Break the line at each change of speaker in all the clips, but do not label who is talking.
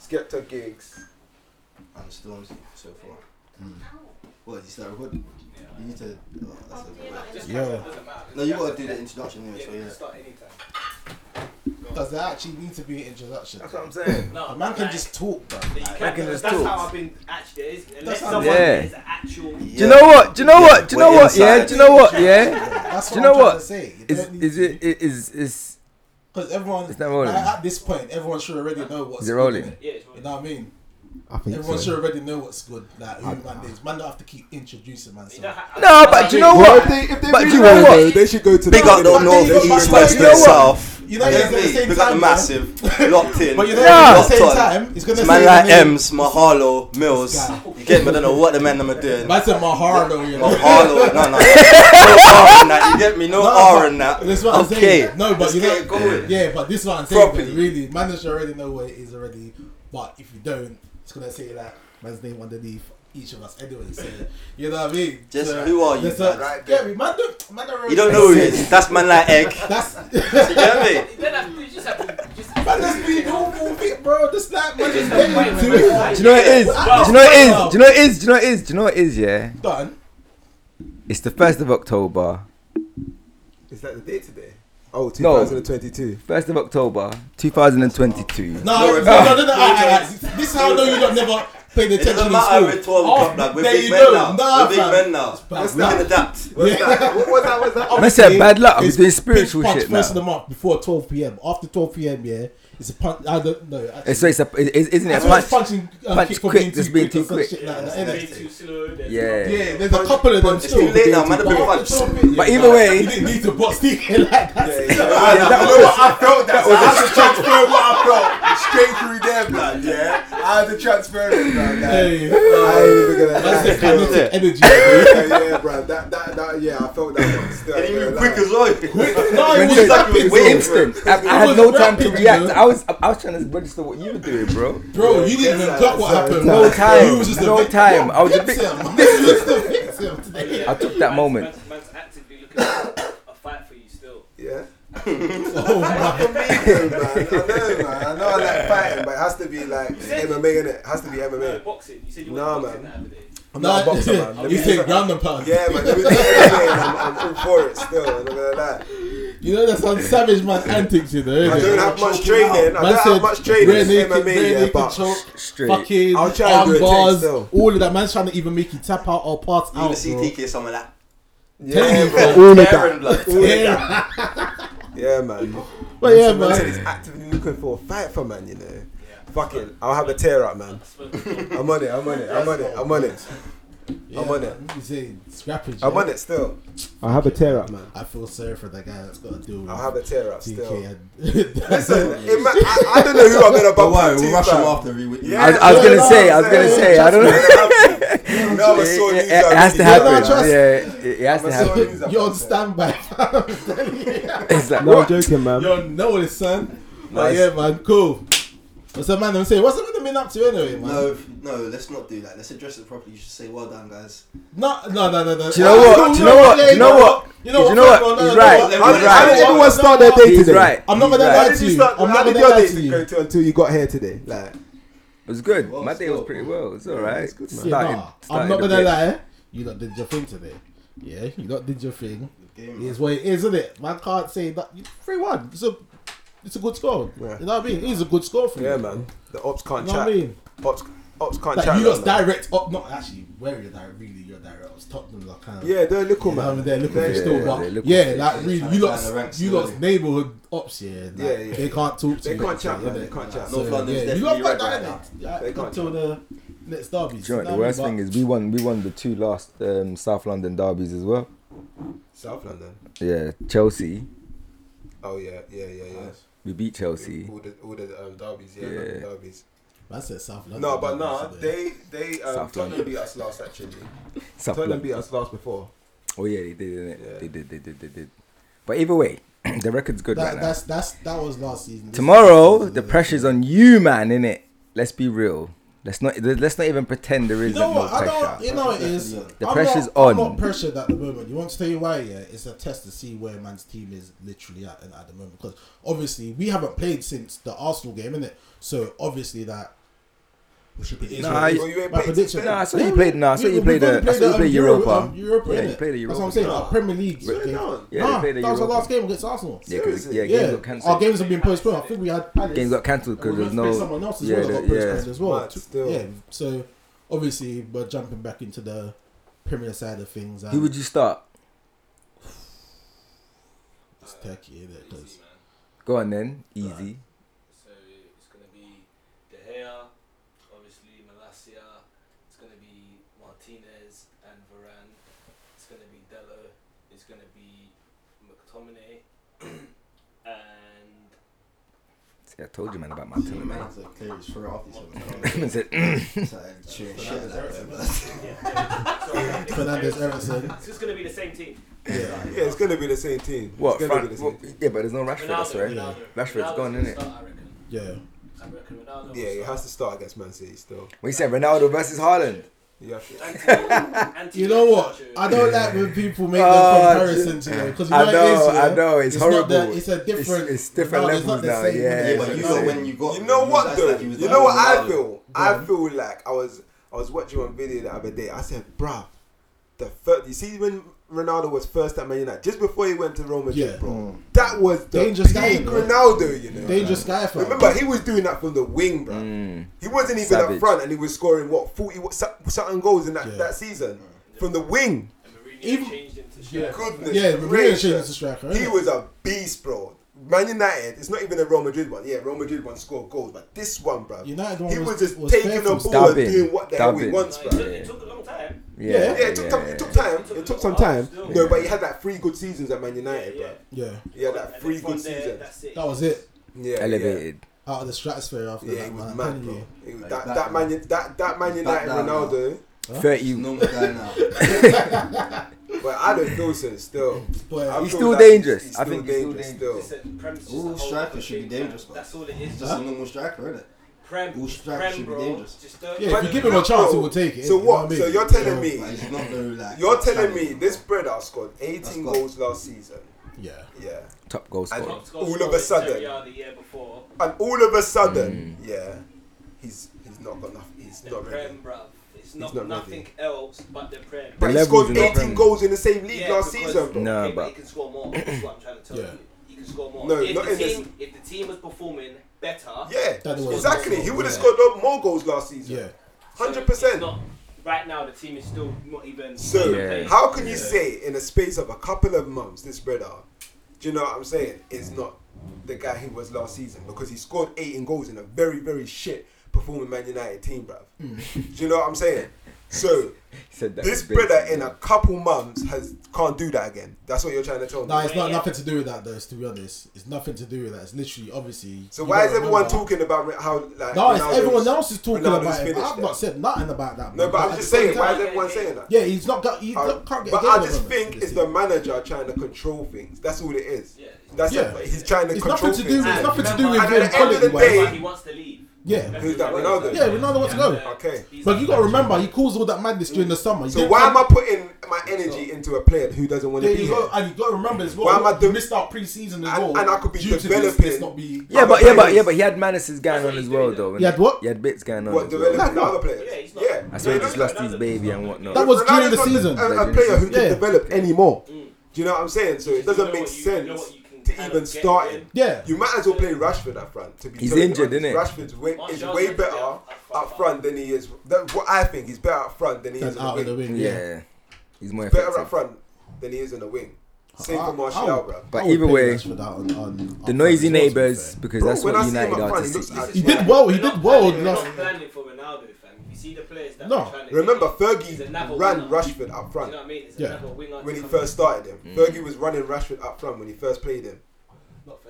Skepta gigs.
on Stormzy so far.
Mm.
What, you start recording? You need to. Oh, that's a bit bad.
Yeah.
no, you gotta do the introduction anyway, so yeah.
Start anytime.
Does there actually need to be an introduction?
That's what I'm saying.
No,
A man can
like,
just talk, bro.
you can-
Back in his
That's how
talks.
I've been. Actually, there is, unless
how-
someone
Yeah.
is an actual.
Do
Do you know what? Do you know what? Do you know
We're
what? Yeah.
inside.
Do you know what? Yeah.
That's what
Do you know
I'm trying
what?
to say.
Is is it i- is is
Because everyone,
It's not rolling.
like, at this point, everyone should already know what's
Is it
good,
rolling?
innit?
Yeah, it's
You
one.
know what I mean?
I think
Everyone
so.
should already know what's good. Like who man is. Man don't have to keep introducing man.
You
So.
don't have-
no? But do you know
Well,
what?
if they, if they
But
really
you know
wanna
what?
know, they should go to
Big
the-
up the
They
north,
should
east,
go to
west,
the-
and
south.
You know, it's at the same time.
we got the
yeah?
massive, locked in.
But you know,
Yeah.
at the same
Locked on.
time, it's gonna
It's
say
man
the
like
name.
M's, Mahalo, Mills.
This guy.
You get me? I don't know what the man them are doing.
Man said Mahalo, you know.
Mahalo, no, no. No R in that. You get me? No R in that.
That's what I'm
Okay.
saying. No, but
Let's
you
get it
know,
going.
yeah, but this is what I'm saying.
Properly.
Because really, man should already know what it is already. But if you don't, it's gonna say like man's name underneath each of us anyway. So you know what I mean?
Just
so,
who are you,
that's a-
man?
Right
yeah,
there.
man, don't, man don't
You don't know who
really-
it is. That's man like egg.
That's
You get me?
You don't have to. You just have to. Just.
man, that's being normal bit, bro. Just like man, just
Just have to wait,
getting
wait,
to
wait,
it.
wait.
Do you know what it is? Do you know what it is? Do you know what it is? Do you know what it is? Do you know what it is? Yeah.
Done.
It's the first of October.
Is that the day today? Oh,
No.
2022.
First of October,
No, no,
2022.
no, no, no, no, I- I- I- This is how I know you don't never paid
It
attention
doesn't
in
matter.
school.
We're 12 o'clock, like, we're
Oh, there
big
you
men
go.
now.
Nah,
We're big
fam.
men now.
What's
We can
that?
adapt.
What's
Yeah.
that? What- What's that? What's that?
Man said bad luck. I'm doing spiritual
punch
shit
first of
now.
the month before 12 p.m. After 12 p.m., yeah, it's a punch. I don't know.
It's so it's a it- it- isn't it
That's
a
why it's
punch?
punching, uh,
punch
kick for
quick,
being
just
too
being
quick or
too
some
quick.
shit like that,
It's way
innit?
too slow. there's
Yeah.
Yeah, there's a couple of them
It's
still.
too late now. Man have
But
been
after
punched.
12 p.m.,
But either
you
way,
didn't need to box DK like that.
Yeah, yeah, yeah. you know what? I felt that. I had to transfer what I felt straight through there, blood. Yeah, I had to transfer it, blood. Like,
Hey,
I ain't even gonna.
that's
lie.
the kinetic energy.
yeah, yeah, bro. That, that, that, yeah, I felt that one. Still,
And
yeah,
even
like-
quick as well.
No,
When
it
you-
was rapid,
we're
bro.
instant. I, I
It
had
was
no time to
rapid, you
react.
know.
I was I was trying to register what you were doing, bro.
Bro, you didn't
Yeah,
even clock what
sorry,
happened.
sorry.
bro.
No time,
You was just the
no
vic-
time. I was a bit-
victim. This was the victim
not-
today.
I took that
Man's-
moment.
Man's, man's actively looking for a fight for you still.
Yeah.
Oh my.
For me, though, man. I know, man. I know I like fighting, but it has to be like
said-
MMA, innit? It has to be
No,
MMA.
boxing. You said you
Nah,
were boxing
man.
the other day.
I'm not a boxer, man. Let me
You said ground and pound.
Yeah, man. Let me just say, I'm, I'm all for it still. I'm not gonna lie.
You know that's on savage man antics, you know.
I
innit?
don't have much training. I
Man
don't
said,
have much training
rear
in
naked, rear
MMA, yeah,
naked
but
choke,
Straight.
fucking
I'll try and do it,
arm bars,
still.
all of that. Man's trying to even make you tap out or pass
You wanna
out.
see
bro.
TK somewhere like.
yeah,
Tell
bro.
you,
All of that.
Tearing blood.
Yeah,
Yeah, man.
but yeah,
Man said he's
man.
actively looking for a fight for man. You know.
Yeah.
Fuck it. I'll have a tear up, man.
I spoke-
I'm on it. I'm on it. I'm on it. I'm on it.
Yeah,
I'm on
man. You say scrappage.
I'm
yeah?
on it still.
I have a tear up, man.
I feel sorry for that guy that's got to deal with
I'll have a tear up still.
TK.
Listen,
Listen,
it ma- I, I don't know who I'm gonna
Don't
bump
worry,
into,
we'll rush him
fam.
after we win.
Yeah.
I was, I was gonna say. I was gonna say. I don't know.
know. no, I'm a sore
It,
loser.
it- it has to
Yeah, no,
happen.
trust-
Yeah, it, it has
I'm
to
a sore
happen.
loser.
you're on standby. fam. I'm telling you.
It's like
No, I'm
what?
joking,
Um,
man.
You're knowing, son. But
Nice.
yeah, man, cool. What's that man? I'm saying, what's that man been up to anyway, man?
No, no, let's not do that. Let's address it properly. You should say, well done, guys.
No, no, no, no, no.
Do you know what?
No,
Do you
no,
know
no,
what?
no,
Do you know
no,
what?
no. You know
Do
what?
you know
fuck,
what?
no, no,
He's
no,
right.
no,
He's
no,
How did,
no,
how did
no,
everyone
no,
start
no,
their
no.
day
He's
today?
right.
I'm not gonna
How
lie
did
to
you
you.
start?
I'm
how
not
did
gonna
your
lie
day
to
go
you.
to until you got here today? Like,
It was good.
Well,
My day was
still.
pretty well. It's all
Yeah,
right.
it's good, man.
Yeah,
Started-
nah, I'm
started
not
a
gonna
bit.
lie. You lot did your thing today. Yeah, you lot did your thing.
Game,
It is what it is, isn't it? Man can't say that. Three one. It's a, it's a good score.
Yeah.
You know what I mean? It's a good score for you.
yeah, man. The ops can't
You know
chat.
what I mean?
Ops, ops can't
Like
chat.
you lot's
right now.
direct up. Not actually. Where you're direct. Really, you're direct. I was Tottenham. Like kind of.
Yeah, they're little
Yeah,
man.
man, they're looking
They're-
for still,
yeah,
but
they're looking
yeah,
for-
like
they're
really,
trying
you
to
lot,
find the ranks,
you
don't
lot's
they?
neighborhood ops here. Like,
Yeah, yeah.
They can't talk to
They
you.
can't chat, man.
innit?
They can't chat.
North London's
yeah, you
definitely
lot got that
right now.
innit? Like,
They can't
until
chat.
the next derby.
Do you know what the worst thing is? We won. We won the two last um, South London derbies as well.
South London.
Yeah, Chelsea.
Oh yeah, yeah, yeah, yeah.
We beat Chelsea.
All the all the um, derbies, yeah,
Ah, Yeah.
London derbies.
I said South London.
No, but nah,
That's it.
they they um,
South
Tottenham
London.
beat us last actually.
South
Tottenham
London.
beat us last before.
Oh yeah, they did, didn't it?
Yeah.
They did, they did, they did. But either way, the record's good
That,
right now.
that's that's that was last season. This
Tomorrow,
season,
the
innit?
pressure's on you, man. In it. Let's be real. Let's not. Let's not even pretend there
You
isn't
know
no
what? I don't.
pressure.
You know it is.
The
I'm
pressure's
not, I'm
on.
not pressured at the moment. You want to tell you why? Yeah, it's a test to see where man's team is literally at at the moment because obviously we haven't played since the Arsenal game, innit? So obviously that What's your prediction?
Nah,
It is
you-
what it
you
is.
ain't
My
paid to
prediction.
play.
Nah, I saw you
No,
played- nah, I
we-
saw you
we've
played,
already
uh, I saw you
um,
played
Euro-
Europa.
um, Europa,
Yeah, you
innit?
played the
That's what I'm
Europa.
saying. Our Premier League.
Swear down.
Yeah,
Nah,
they played the
that was our
Europa.
last game against Arsenal.
Yeah, 'cause- yeah,
Seriously?
games
Yeah,
got
our
cancelled.
games have been postponed. I think we had Palace.
Games got cancelled because
And
there was
we've
no.
played someone else as
yeah,
well that got
the-
postponed as well.
Mad, still.
Yeah, so obviously we're jumping back into the Premier side of things. And
Who would you start?
It's Turkey, innit? 'Cause-
man.
Go on then, easy.
So it's gonna be De Gea, obviously Malasia. It's gonna be Martinez and Varane. It's gonna be Dello. It's gonna be McTominay. and
See, I told you, man, about my team, man.
Man's like "Oh, clear as fur off these
Man said,
ones. So I'm chewing shit like that, but-
yeah, so it's-
Fernandes, Ericsson.
It's just gonna be the same team.
Yeah, it's gonna be the same team.
what?
It's gonna
Fran-
be the same
what-
team.
yeah, but there's no Rashford, that's right.
yeah.
Rashford's gone,
Ronaldo's
innit?
gonna start, I reckon.
Yeah.
I reckon Ronaldo. will
Yeah, he
start.
has to start against Man City still.
When you said Ronaldo versus Haaland,
You have to.
Anthony- Anthony
You know what?
Sancho.
I don't like when people make
Oh,
the comparisons, you know, because you know,
I know,
it is, you
I know, it's
not the-
horrible.
it's a different,
it's different
Ronaldo's not
levels
the
now,
same,
yeah.
Yeah,
innit?
but you
Yeah.
know when you got.
You know what
that's
though?
like he was
You
like,
know
oh,
what I
Ronaldo.
feel? I feel like I was I was watching one video the other day. I said, bruh, the third you see when Ronaldo was first at Man United, just before he went to Real Madrid,
Yeah.
bro. That was the
Dangerous
Dangerous
guy,
peak
bro.
Ronaldo, you know.
Dangerous guy, fam.
Remember, he was doing that from the wing, bro.
mm,
He wasn't even
Savage.
up front, and he was scoring what forty what, so- something goals in that,
Yeah.
that season from the wing.
And Mourinho
Even-
changed him to
Yeah.
Shaq.
Goodness,
Yeah, Mourinho
gracious.
changed as a striker.
uh, He
innit?
was a beast, bro. Man United, it's not even a Real Madrid one. Yeah, Real Madrid one scored goals, but this one, bro,
United one
he
was-
was just
was
taking the
fearful.
ball
Dabbing.
and doing what the hell he
Dabbing.
wants,
Like,
bro.
it, took, it took a long time.
yeah,
Yeah,
Yeah, it took, time, it took time. It took some time. No, but he had that three good seasons at Man United,
Yeah,
bro.
yeah.
yeah,
He had
And
that
then
three
from
good
there,
seasons.
That's it.
that was it.
Yeah, yeah.
elevated.
Out of the stratosphere after
Yeah,
that,
he was
man.
mad,
Yeah.
bro. He was-
Like
That
that
that Man U- that that Man
Back
United
down now.
Ronaldo,
You
Thirty.
know what guy now.
but I don't feel so still.
But
I
He's
feel
still
like
dangerous.
he's
I think he's still
still.
Listen, Prem's just
All
a whole
strikers
other
should be
thing,
dangerous,
man.
man.
That's all it is.
He's just a normal striker, isn't it?
Prem,
all
just
strikers
Prem,
should be
bro.
dangerous.
Just don't.
yeah, if
But
you give him a
look,
chance,
bro,
he will take it.
So
you know I
what?
mean?
So you're telling
So-
me
Like, he's not very like.
you're telling me
talented.
this brother scored 18
got-
goals last season.
Yeah.
Yeah.
Top goal
I-
scorer.
Top scorer
all of a
scorer in
sudden.
Serie A the year before.
And all of a sudden,
Mm.
yeah, he's he's not got nothing. He's
The
not ready.
Prem, bro. It's not,
not
nothing
ready.
else but the Prem.
But he
levels
scored
in the
18
Premier League.
goals in the same league
Yeah,
last
because-
season, bro.
No.
okay,
but-
he can score more. That's what I'm trying to tell
Yeah.
you. He can score more.
No,
if
not
the
in this-
team, if the team was performing better,
Yeah,
That was-
exactly. He would have
Yeah.
scored a lot more goals last season.
Yeah.
so
hundred
it's
percent.
not- Right now, the team is still not even.
So
Yeah.
how can you
Yeah.
say in a space of a couple of months this brother, do you know what I'm saying, is not the guy he was last season because he scored 18 goals in a very very shit performing Man United team, bruv.
Hmm.
Do you know what I'm saying? So
He said that.
this
was big.
brother in a couple months has can't do that again. That's what you're trying to tell me.
No, it's not
Yeah.
nothing to do with that, though. To be honest, it's nothing to do with that. It's literally, obviously.
So
you
why
gotta
is everyone
remember-
talking about re- how like
No, it's
Ronaldo's-
everyone else is talking
Ronaldo's
about it.
finished
I've
there?
not said nothing about that.
No,
bro.
but
at
I'm just
the same
saying. Why
time-
is everyone saying that?
Yeah, he's not got. He
I-
can't get. a
but
game
I
with
just
him
think
this
it's
year.
the manager trying to control things. That's all it is.
Yeah.
That's
Yeah.
it. He's trying to
It's
control
nothing to do.
things.
It's nothing to do
And
with
at
him
the end of the
quality-wise.
day-
But he wants to leave.
Yeah.
Who's that, Ronaldo?
Yeah, Ronaldo wants to go.
Okay.
But you got to remember, he caused all that madness during the summer. He
So
didn't
why am
come-
I putting my energy into a player who doesn't want to
There
be
you
here?
go. And you got to remember as well.
Why am I
he
doing-
missed out pre-season as
And-
well?
and I could be
due to this,
developing-
let's not be.
Yeah,
Other
but yeah, but
players-
yeah, but he had Manises going
That's what
on as
he's
well,
doing,
though.
though.
He had what?
He had bits going on.
What
as well.
developing the other
Yeah,
players?
he's not-
Yeah,
That's why he
Yeah,
just
no,
lost
no,
his
no.
baby and whatnot.
That was during
Ronaldo's
the
not
season.
A, a
Yeah.
player who can
Yeah.
develop anymore. Do you know what I'm saying? So it
Just
doesn't
know
make
what you- know
sense
what you can
to
kind
even
of get
start
in.
him.
Yeah.
You might as well play Rashford up front. To be
He's
totally
injured,
honest.
innit?
Rashford's way, is
Martial's
way
injured,
better
yeah.
up front than he is. That, what I think he's better up front than he is
Than
on the
out
wing.
of the wing. Yeah.
Yeah, he's more
better up
effective.
front than he is on the wing. Same
I-
for Martial,
I would-
bro.
But
I would
either
pay
way,
Rashford out on- on- up
The
front
noisy
as well, to be
neighbours,
fair.
because
Bro,
that's
when
what
I see him
United
up
are
front,
to
he looks
City.
like-
He did well. He
We're
did
not
well
planning- we're
last.
not planning for Ronaldo, fam. You see the players that
No.
we're trying to
Remember,
do,
Fergie
he's another
ran
winger.
Rashford up
Do you
front
know what I mean? He's
Yeah.
another winger to
when he
come
first
in.
started him.
Mm.
Fergie was running Rashford up front when he first played him.
Not Fergie.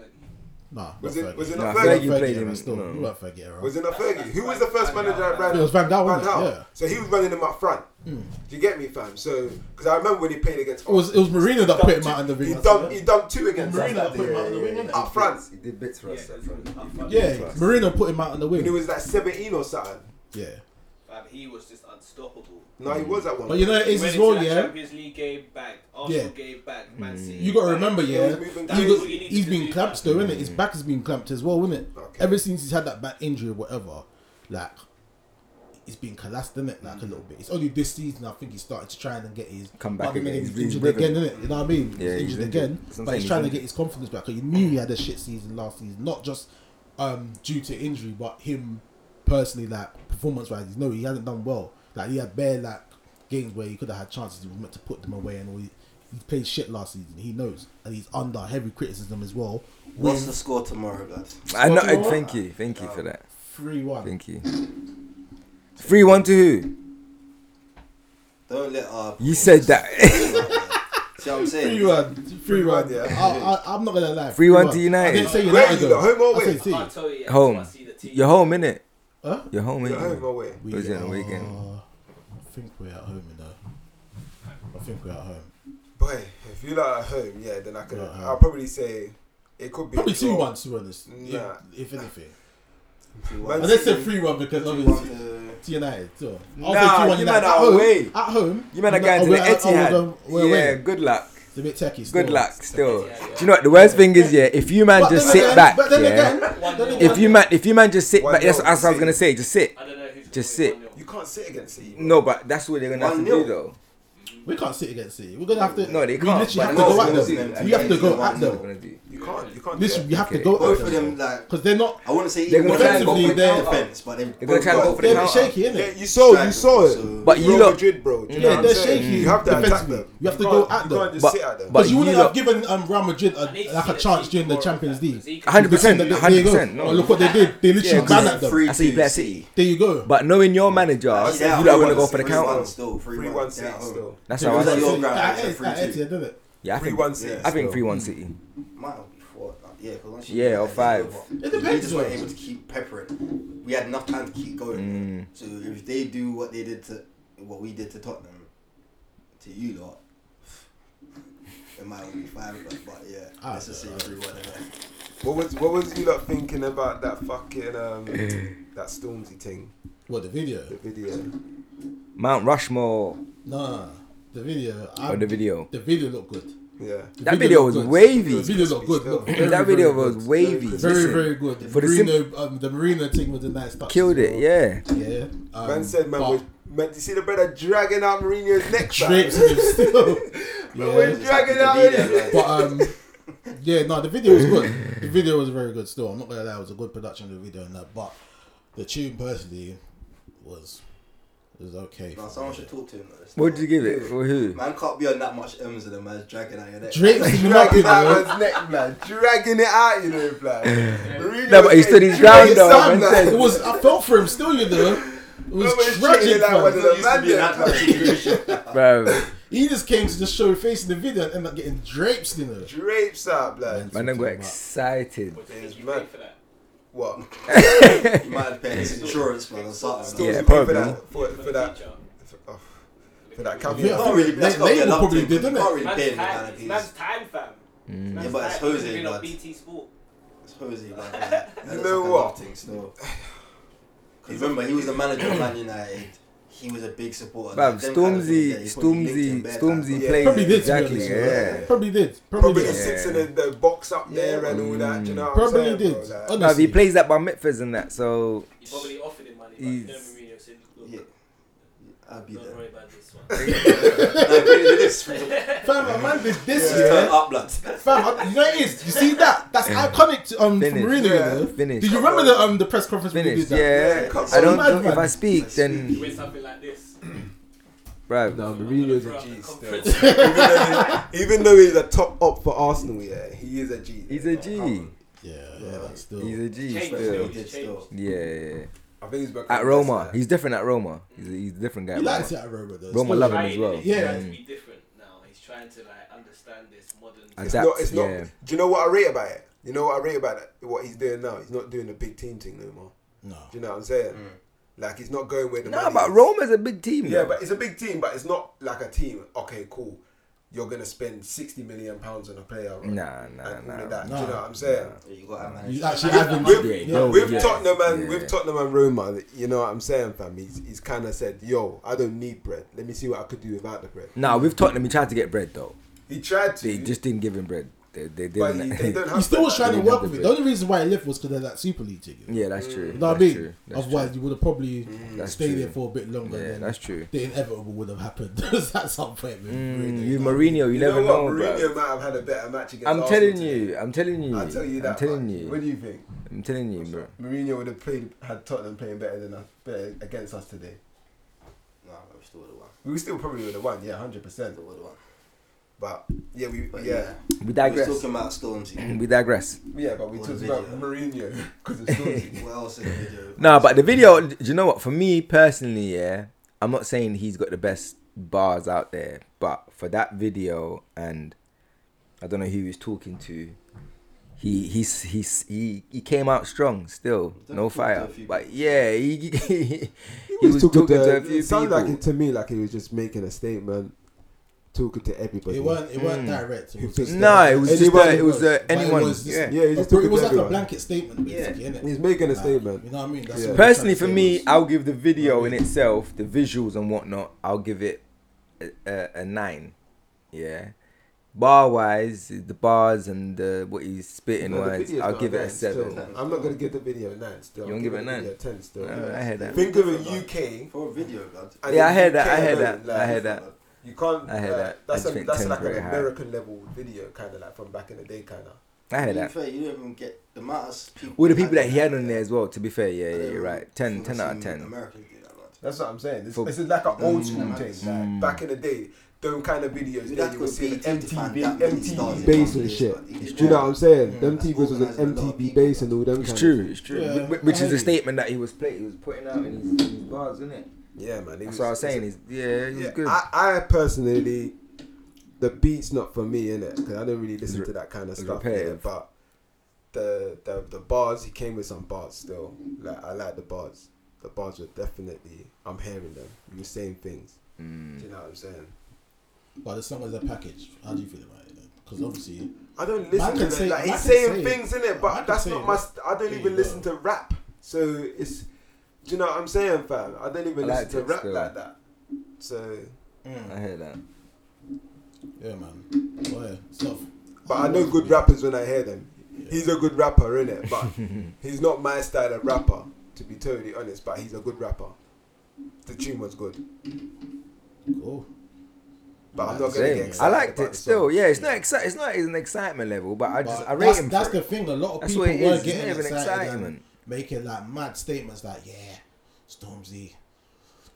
Nah,
Was
not
it- was
Fergie.
it
Nah,
not
Not
Fergie
Fergie?
played
era
him.
still.
no.
You weren't Fergie era.
Was it not
That's-
Fergie?
that's
Who was the first
Van
manager that
Gaal,
ran?
It was Van Gaal,
Van
wasn't it?
Gaal.
Yeah. Mm.
So he was running him up front. Do you get me, fam? So, because I remember when he played against.
It was it was Marina that
He
put him
dumped
out in the
two-
ring.
He
that's
dumped,
it.
he dumped two against
Marina
us.
put him out on the wing, innit?
Up front.
He did bits for us.
Yeah,
up front.
up front.
Yeah, Marina put him out on the
When he
wing.
was like 17 or something.
Yeah,
Fam, he was just unstoppable.
No, he was at one.
but you know it
He
is
went
as
into
well.
that
Yeah,
Champions League game bagged. Arsenal
Yeah.
game bagged. Man
Mm.
City.
you got to remember.
He
Yeah,
was moving
That's
crazy.
what you need
he's
to
been
do,
clamped though, innit? His back has been clamped as well, innit?
Okay.
Ever since he's had that back injury or whatever, like he's been collapsed, isn't it? Like a little bit. It's only this season I think he's starting to try and get his
Come back
but then
again.
He's,
He's
injured
rhythm.
again, isn't it? You know what I mean?
Yeah,
he's
he's
injured
injured.
again,
That's what I'm
but
saying,
he's
he's
trying to
injured.
get his confidence back. Because you knew he had a shit season last season, not just um, due to injury, but him personally, like performance wise. No, he hasn't done well. Like he had bare like games where he could have had chances. He was meant to put them away, and all he, he played shit last season. He knows, and he's under heavy criticism as well.
What's the score tomorrow, lads?
I know.
Scotland?
Thank you. Thank you for that.
Three one.
Thank you. Three one to who?
Don't let our.
You said that.
See what I'm
Three
saying?
one, three one.
yeah.
I, I, I'm not gonna lie.
Three one to
one.
United.
I didn't say
Where are
United.
you,
though.
though? Home or
I
away?
said team.
can't tell you yet
Home.
until I see the team.
You're home, innit?
Huh?
You're home,
You're home
innit?
or away?
It was in the weekend.
are- I think we're at home, you know. I think we're at home.
Boy, if you lot at home, yeah, then I could.
You're at home.
I'll probably say it could be
Probably
a
two
draw.
one to be honest.
Nah.
If, if anything,
Man
I
City-
just said three one because
One
obviously
to-
to United. So I'll
Nah,
say 3-1
you
United.
man
at
are
home.
away.
At home,
You man are
no,
going to
we're
the
at- oh, we're
Etihad.
going- we're
Yeah,
away.
good luck.
It's a bit techie. Still.
Good luck still.
Yeah, yeah.
Do you know what the worst thing is? Yeah, if you man
But
just
then
sit
again-
back,
But then
yeah.
again,
One
then
nil.
again-
If you man, if you man just sit
Why
back, that's
not?
that's what I was
Sit.
gonna say. Just sit.
I don't know who's
Just
gonna
sit.
win 1-0.
You can't sit against City. bro.
No, but that's what they're gonna have to do
1-0.
though.
we can't sit against City. We're gonna have to.
No, they
We
can't.
literally have
But
to go
no,
at
it's
gonna be-
them. We have to go at
it's
What
No.
they're
them.
gonna do.
you can't. You can't. do
Literally,
that.
we have to
Okay.
go at
Both
them
of them, like,
because they're not.
I wouldn't say
They're
even
gonna
both of
try and
them
go
for
for the-
defense, but they're
They're gonna try and go for the
They're a bit
counter.
shaky, isn't
Yeah,
it?
you saw. You
Strike,
saw
so-
it.
But you
Real
lot-
Madrid, bro. Do you
Yeah,
know what I'm
they're
saying?
shaky
You have to attack
defensively.
them.
You have to
can't-
go at
you
them.
can't just
But-
sit at them.
but-
Because you wouldn't
you
have
lot-
given um, Real Madrid
I need to
a, like
see
a
the
chance
team
during the
more,
Champions
because
League.
he could-
100%,
They- they- they go,
100%, no.
"Oh, look what they did. They literally
Yeah, 'cause
ran
it's
at them.
free-
I see you play at City.
There you go.
But knowing your manager, you
Actually, yeah,
don't
three-one,
want to go for the
three-one.
counter.
Still, three,
Three,
one,
one,
yeah,
six, still.
That's
It
how I
was
see
at your
it.
ground,
At
it's a
Etihad, at
3-2.
Etihad, didn't it?
Yeah, I
Three
think
one six.
I think
still.
three one City.
Might not be four. like, Yeah, 'cause once you
Yeah, or
get that,
five.
it's over.
It depends,
We just weren't
though.
able to keep peppering. We had enough time to keep
Mm.
going. So if they do what they did to what we did to Tottenham, to you lot, it might be five. But, but yeah,
Ah,
let's just say
uh,
three one. innit?
What was what was you lot thinking about that fucking um that Stormzy thing,
What the video?
the video?
Mount Rushmore
Nah, the video. I,
or Oh, the video.
The video looked good.
Yeah.
The
That video was
looked good.
wavy.
The video looked good. Looked very,
That video
very
was
good.
wavy.
very
Listen,
very good. The
For the sim-
Marino, um, the Marino thing was a nice touch.
Killed
as
it. Yeah.
well. Yeah. Um,
man said man
but
was man. You see the brother dragging out Mourinho's neck. fam?
drapes him still. yeah.
was dragging
Happy
out.
to be there,
his-
man.
But um, yeah, no, the video was good. The video was very good. Still, I'm not gonna lie, it was a good production of the video and that. But the tune personally was was okay.
Nah, someone should talk to him. though.
What did you give it for who?
Man can't be on that much M's in a man's dragging out your neck.
Drapes him up,
Dragging
you know.
out his neck, man. Dragging it out, you know, blood. Mourinho
No, but he
was
stood his
dragging it
ground, though,
out,
man
man.
said-
It was. I felt for him still, you know. It was
Remember his
tragic.
training, like,
man.
when
It used to be in that kind of situation.
Bro,
He just came to just show face in the video and ended up getting drapes, you know.
Drapes out, blood.
man, I got excited.
What do you think
It's
you
mad.
paid for that?
What?
You might have paid his insurance man or something.
Stormzy
Yeah,
paid
probably.
for that. For, for that.
Feature.
For, oh, for that cameo.
Yeah.
Can't really, that's
They-
got to
they
be a
will
love
probably
team,
did,
you
didn't
Can't
it?
really
Man's
pay him
time,
that
it's
piece.
man's time, fam.
Mm.
Man's
Yeah, but it's
time. He's
Jose,
been on
lads.
BT Sport.
It's Jose, man.
You
That's
know
like a
what?
love thing still. 'Cause remember, he was the manager of Man United. He was a big supporter. Them
Bruv,
kind of
Stormzy-
things that he probably
Stormzy-
linked in bare
Stormzy
times.
Yeah.
played-
Probably did.
Exactly,
Exactly. Yeah.
yeah.
Probably did. Probably,
Probably
did.
Yeah.
sits in the, the box up
Yeah,
there and all that. Do you know what
Probably
I'm saying?
did.
bro? Like,
Honestly.
Bruv, he plays that by Memphis and that, so
He probably offered him money, but
He's-
then Mourinho said, "Look,
Yeah. I'll be
don't
there.
worry about this one."
Like, really, this fam. Just
Fam, a man did this,
turn
yeah.
up, lads.
Fam, I- you know what it is. You see that? That's iconic to um,
Finish.
Marino,
Yeah.
you know.
Finish.
Did you remember the um the press conference when we
finish.
did that?
Yeah.
Yeah,
I don't
mad,
know if
man.
I speak,
You
then
win something like this.
bruv.
No,
Mourinho's
Mourinho's
a
a
G
G
still.
still. even, though he- even though he's a top up for Arsenal, yeah, he is a G.
He's a G.
Yeah, yeah, that's still.
He's a G
Change
still.
still.
Yeah, yeah. yeah.
I think he's become
At
the
Roma,
best
he's different at Roma. He's a, he's a different guy.
He
at Roma.
likes it at Roma though.
Roma
Still,
love him
like,
as well.
He's trying to
Mm.
be different now. He's trying to like understand this modern.
It's
Adapt,
not. It's not.
yeah.
Do you know what I rate about it? You know what I rate about it? What he's doing now? He's not doing the big team thing no more.
No.
Do you know what I'm saying? Like he's not going where the
No,
money
but
is.
Roma's a big team.
Yeah,
Yeah,
but it's a big team, but it's not like a team. Okay, cool. You're gonna spend sixty million pounds on a player. right?
Nah,
And
nah,
all
nah,
of that.
nah.
Do you know what I'm saying?
You got to
He's
manage.
actually having
With,
Yeah,
yeah.
with
yeah,
Tottenham and
yeah.
with Tottenham and Roma, you know what I'm saying, fam. He's, he's kind of said, "Yo, I don't need bread. Let me see what I could do without the bread."
Nah, we've Tottenham. He tried to get bread though.
He tried to.
They just didn't give him bread. They, they
But
didn't.
they don't have
He still was
that.
trying to
Didn't
work
have the
with it.
bit.
The only reason why he left was because of that Super League ticket.
yeah, that's true.
You know what
that's
I mean?
true. That's
Otherwise,
true.
you would have probably
That's
stayed
true.
there for a bit longer.
Yeah,
and then
that's true.
the inevitable would have happened at some point. with Mourinho,
Mm,
you
you
know?
Mourinho, you, never
know,
know,
what?
bro.
Mourinho might have had a better match against.
I'm
Arsenal
telling
today.
you. I'm telling you.
I'll
Hmm.
tell you that.
I'm telling
much. What
you.
do you think?
I'm telling you, bro.
Mourinho would have played had Tottenham playing better than us, better against us today.
Nah, but we still would have won.
We still probably would have won, yeah, hundred percent.
Still would have won.
But yeah, we
But
yeah,
yeah,
We
we was
digress.
talking about Stormzy.
We digress.
yeah, but we
What
talked
a
about
video.
Mourinho because of Stormzy.
what else in the video?
No, but the video. Do you know what? For me personally, yeah, I'm not saying he's got the best bars out there, but for that video and I don't know who he's talking to, he he's he's he he came out strong still,
Don't
no
talk to a
fire.
few
But yeah, he he, he
He was,
was
talking,
talking
to,
to a few
it sounded like
people.
it to me like he was just making a statement, talking to everybody.
It weren't. It weren't
Mm.
direct. It
Who
was just
no, it was just
Anyone
a, it was
was,
a,
but it
anyone.
was just-
Yeah,
yeah.
he's
It
just
was,
talking
it was
to
like a
everyone.
blanket statement, basically, innit?
He's making a
Like,
statement.
You know what I mean? That's
Yeah.
what I'm
Personally, for
trying to
me,
say.
I'll give the video in itself, the visuals and whatnot, I'll give it a, a, a nine. Yeah. Bar wise, the bars and the, what he's spitting
No, the
wise,
video's
I'll
not
give it a
nine
seven.
still. I'm not gonna give the video a nine. Still,
You won't
I'll
give it a
the
nine?
video ten. Still,
Alright, I heard that.
Think of a UK.
For a video, blood.
and
Yeah, I
a
heard that,
UK
I
alone,
heard that, I
like,
heard that.
You can't.
I heard
uh,
that. I
That's
just
a,
think
that's
10's
like an
very high.
American level video, kind of like from back in the day, kind of.
I heard
To be
that.
Fair, you don't even get the amount of people.
All the people that he had on there as well, to be fair, yeah,
I
yeah,
don't
you're right. 10,
think I've
10 out of
seen
10.
Americans do that, blood.
That's what I'm saying. This,
For-
this is like an old school
Mm.
thing. Like back in the day, them kind of videos
You'd
that
have
you
to
would see on
be to find
MTV,
that many
MTV.
stars in
Bass and
one
shit.
place,
Do
blood.
you know what I'm saying?
Mm.
Yeah.
Them TVs was
Organised a
an
lot of
MTV
people.
bass and all them.
It's
kind
true, it's true.
Yeah,
Wh- wh- Which
I
is
heard
the
you.
statement that he was play, he was putting out in his, in his bars, isn't it?
Yeah, man. it
That's what I was saying. He's, yeah, he was
Yeah,
good.
I, I personally, the beat's not for me in it because I don't really listen
re-
to that kind of
it's
stuff.
repetitive.
innit? But the, the the bars, he came with some bars still. Like I like the bars. The bars were definitely. I'm hearing them. You were saying things. Do
Mm.
you know what I'm saying?
But the song is a package. How do you feel about it? Because obviously,
I don't
Man
listen
can
to that.
say-
Like,
man
he's
can
saying
say-
things in it,
man
but
can
that's
say
not
it.
my. St- I don't
There
even
you
listen
go.
to rap, so it's. Do you know what I'm saying, fam? I don't even
I like
listen to
it
rap
still.
like that. So,
I heard that.
yeah, man. Oh, yeah. So,
but I know good rappers when I hear them. He's a good rapper, in it, but he's not my style of rapper, to be totally honest. But he's a good rapper. The tune was good,
cool.
but I'm not gonna
Same.
get
I
excited.
liked
about
it
the
still.
song.
Yeah, it's not exci- It's not an excitement level, but I
But
just I rate
that's
him.
that's
for
the
it.
thing. A lot of
That's
people
what
were
it is. It's
getting
not even
excited and
excitement.
making like mad statements like, "Yeah, Stormzy."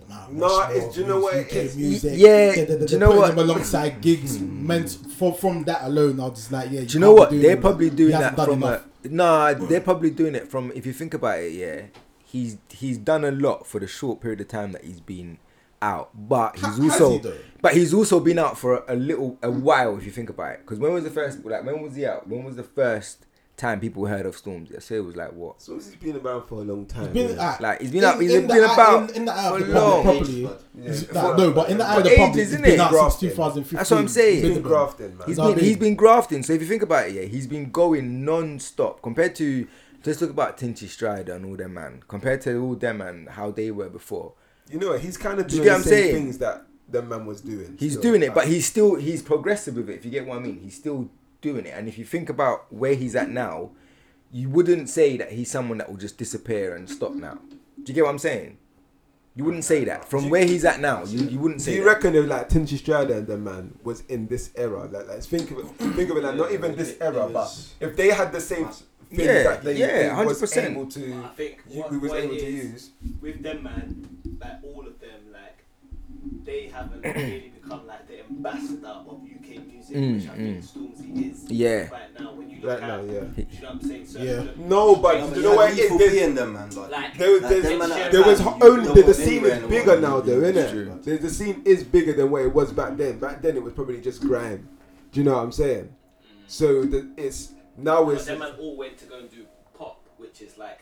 the man
No,
Rushmore
it's- do you know
of
what it
UK
is?
Music,
Yeah,
da- da- da-
do
da-
you know
putting
what?
them alongside gigs meant for from that alone. I was just like, yeah.
Do you know what?
can't be
They're
all
probably
He
doing
hasn't
that
done
from a,
enough.
nah. They're probably doing it from if you think about it. Yeah, he's he's done a lot for the short period of time that he's been out,
Ha-
but he's
has he
also
though?
but he's also been out for a, a little a while if you think about it. Because when was the first like when was he out? When was the first time people heard of Stormzy? I say it was like what?
So he's been around for a long time.
He's been
innit?
at-
Like, he's been
in-
out- he's
in the
been
eye-
about
in, in the eye of the
for
public
long.
properly.
But-
he's-
Yeah.
like, no, but in the eye of the
For
public,
ages,
he's
innit?
been out since
Grafting.
2015.
That's what I'm
He's
saying.
He's
been
been
about-
grafting, man.
He's
You know what
been
I mean?
he's been grafting. So if you think about it, yeah, he's been going non-stop compared to let's talk about Tinchy Strider and all them man. Compared to all them and how they were before.
You know, he's kind of
Do you
doing
get
the
what I'm
same
saying?
things that the man was doing.
He's
still.
doing it, but
Like,
he's still he's progressive with it. If you get what I mean, he's still doing it. And if you think about where he's at now, you wouldn't say that he's someone that will just disappear and stop now. Do you get what I'm saying? You wouldn't say that
Do
from
you-
where he's at now. You, you wouldn't
Do
say
you
that.
reckon if like Tinchy Strider and the man was in this era? Like, like think of it, think of it. Like, not even this
Yeah,
era, but
it was-
if they had the same things
Yeah,
that they,
yeah,
they was
100%.
able
I
to,
think
you,
what,
we was
what
able
it
to
is
use.
with them, man, like all of them, like they haven't really become like the ambassador of UK music,
Mm,
which I think Stormzy is
Yeah.
right now. When you look
Right
at,
now, yeah.
you know what I'm saying? So
Yeah.
No, but
Yeah,
do you
but you
know
had
what it is?
people
There's-
being them, man, blood.
like
There was,
Like,
there's-
them man
there was
that-
only the, the
you
scene
don't
is
want
bigger
anyone
now though,
in the
innit? The, the scene is bigger than what it was back then. Back then it was probably just grime. Do you know what I'm saying? So the, it's now
but
it's
them man all went to go and do pop, which is like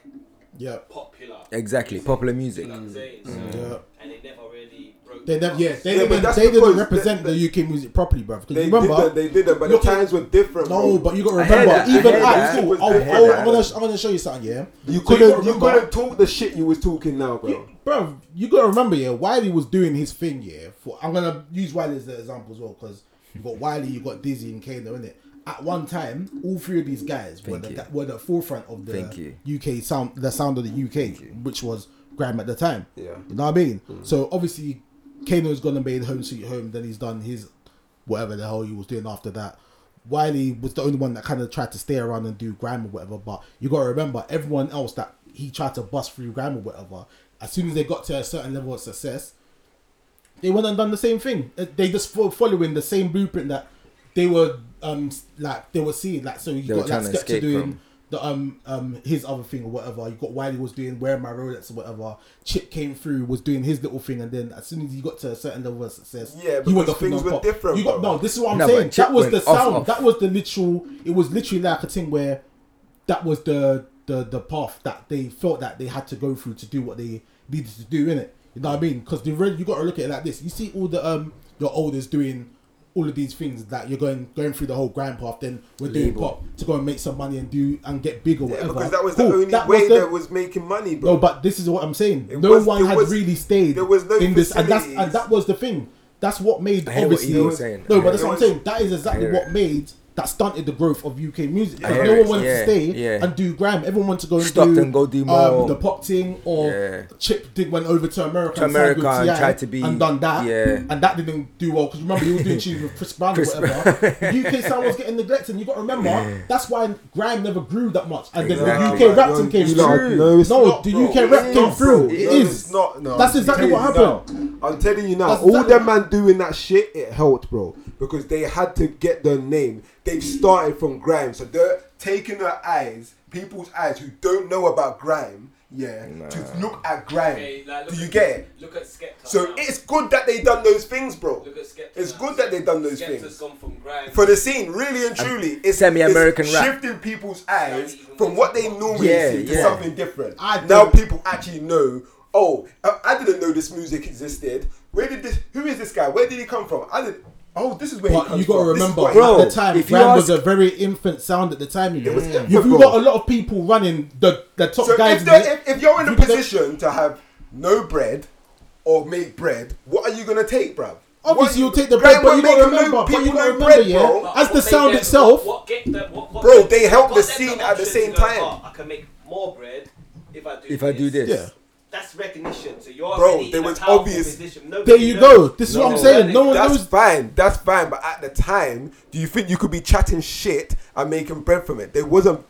Yeah,
popular.
Exactly, popular
You
music.
know what I'm saying? So,
Mm. yeah.
And they never really broke.
They never, yeah, they
Yeah, but
didn't,
that's
they
because
didn't
the-
represent
the-
the, UK music properly, bruv. Because
they
remember,
did that, they did that, but
look
the
at-
times were different.
no,
bro.
but you got to
I hear
remember,
that, I
even
hear
at
that.
school,
I
oh,
hear
oh,
that.
I'm gonna, sh- I'm gonna show you something, yeah.
you
So
couldn't
gotta
you
remember-
couldn't talk the shit you was talking now, bro.
Bro, you gotta remember, yeah. Wiley was doing his thing, yeah. For I'm gonna use Wiley as an example as well, because you got Wiley, you got Dizzy and Kano in it. at one time, all three of these guys were
Thank
the,
you.
ga- were the forefront of
Thank
the
you.
UK sound, the sound of the UK, which was grime at the time.
Yeah.
You know what I mean?
Mm.
So obviously, Kano's gone and made Home Sweet Home. Then he's done his whatever the hell he was doing after that. Wiley was the only one that kind of tried to stay around and do grime or whatever. But you got to remember, everyone else that he tried to bust through grime or whatever, as soon as they got to a certain level of success, they went and done the same thing. Uh, They just fo- following the same blueprint that they were um s- like they were seeing. Like so, you
They were
got like
trying to
Skepta
escape
doing
from.
the um um his other thing or whatever. You got Wiley was doing wearing my Rolex or whatever. Chip came through was doing his little thing, and then as soon as he got to a certain level of success,
Yeah,
he went
because
off and
things
on
were
pop.
different,
You got
bro.
no. This is what I'm
No, but
saying.
Chip
That was the
went off,
sound.
off.
That was the literal. It was literally like a thing where that was the the the path that they felt that they had to go through to do what they needed to do in it. You know what I mean? Because the red, you got to look at it like this. You see all the um your olders doing all of these things that you're going going through the whole grind path. Then we're doing
Label.
pop to go and make some money and do and get big or whatever.
because that was
Cool,
the only
that
way
was the-
that was making money, bro.
no, but this is what I'm saying.
It
no
was-
one
it
had
was-
really stayed.
there was no
in this, and that's
facilities.
and that was the thing. That's what made
I hear what
obviously.
you're saying.
No,
I
but
hear
that's
it.
what I'm saying. That is exactly
hear
what
it.
made that stunted the growth of UK music.
I
Because
hear
no one
it.
wanted to
Yeah,
stay
yeah.
and do grime. Everyone wanted to go and
Stopped
do, um,
and go do more.
the pop thing or
Yeah.
Chip did went over to America,
To
and signed with
America and
TI
tried to be-
and done that.
yeah.
and that didn't do well because remember he was doing tunes with Chris Brown
Chris
or whatever. UK sound was getting neglected. And you got to remember that's why grime never grew that much. And then
Exactly.
the UK rap team came
It's
through.
true.
No, it's
No,
not,
the
bro.
UK rap
It's
came
not,
through.
bro.
It
no,
is.
It's not. No,
That's
I'm
exactly
telling
what
you now. I'm telling you now.
That's
all
exactly-
them man doing that shit, it helped, bro, because they had to get their name. They've started from grime, so they're taking their eyes, people's eyes who don't know about grime, yeah, to look at grime.
Okay, like, look
Do you
at-
get it?
Look at Skepta.
So
now.
it's good that they done those things, bro.
Look at Skepta
It's
now.
good that they done those
Skepta's
things.
gone from grime.
For the scene, really and truly, it's
semi-American
it's
rap.
shifting people's eyes from what they normally
Yeah,
see to
yeah.
something different.
I
now
don't-
people actually know. Oh, I, I didn't know this music existed. Where did this? Who is this guy? Where did he come from? I did. Oh, this is where he
But
comes
you got to
from. This is
remember,
what
at
he-
Bro,
the time,
if you
grime was a
ask-
very infant sound at the time. You know,
was
if
infant,
you
Mm, bro.
got a lot of people running the the top
So
guys.
if, there- if, if you're in a
if you don't-
position to have no bread or make bread, what are you gonna take, bruv?
Obviously, you'll
What-
take the bread,
Grandma
but you
make
gotta
no-
remember, but
people
you gotta
no
remember,
bread,
yeah.
bro.
But
As
what
the
made
sound
them-
itself-
what get them- what- what
Bro,
get-
they helped
what
the
get
scene
them
at the
option
same
to go,
time.
"Oh, I can make more bread if I do
If I do this,
Yeah.
That's recognition. So you're
Bro,
already
there
in a
was
powerful
obvious-
position. Nobody
there you go.
knows.
This is what I'm
No.
saying. No one
That's
knows.
fine. That's fine. But at the time, do you think you could be chatting shit and making bread from it? There wasn't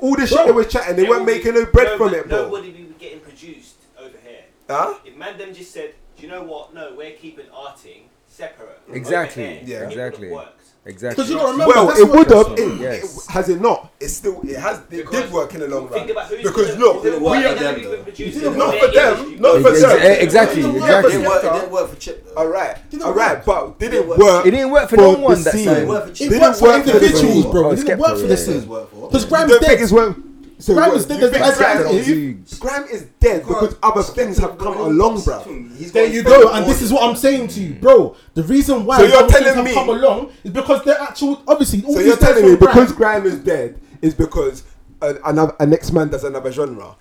all the shit
Bro.
they were chatting. They
There
weren't
would be-
making no bread
no,
from
but
it, bro.
Nobody would be getting produced over here.
Huh?
If Mandem just said, "Do you know what? No, we're keeping arting separate." over
Exactly.
here,"
Yeah.
it wouldn't
Exactly.
have worked.
Exactly.
Because you got to remember.
Well,
that's
it
what-
would have. It,
Yes.
it- has it not? It's still. It has. It did
Because-
work in the long run.
Think about who's
Because
gonna-
look,
who's gonna
we
work
are
and
them,
who's
though.
been producing
It's
it.
not
Their
for them.
industry.
Not for
Ex-
them.
ex- exactly,
Not for
exactly.
It didn't
them.
work, it didn't work for Chip though.
All right.
Didn't
All right.
work.
But did it
Didn't work.
work?
It didn't work for no one that
scene.
It didn't
time.
work for
It
Chip.
Didn't
worked for
work for
individuals,
everyone.
bro.
Oh,
It didn't
Skepta,
work for
yeah.
It
this. is-
didn't work for
Because
You
Graham's
don't think it's
dead.
worth. So
Grime
what,
is dead
you
as-
think
as-
Grime
as-
is- Grime is dead because other things have come along, bro.
He's
There
got
you
his
go,
own
and this
audience.
is what I'm saying to you, bro. The reason why
So you're
other things
telling
have
me-
come along is because they're actual. Obviously, all
So
these
you're
guys
telling me
from Grime-
because Grime is dead is because a, another a next man does another genre.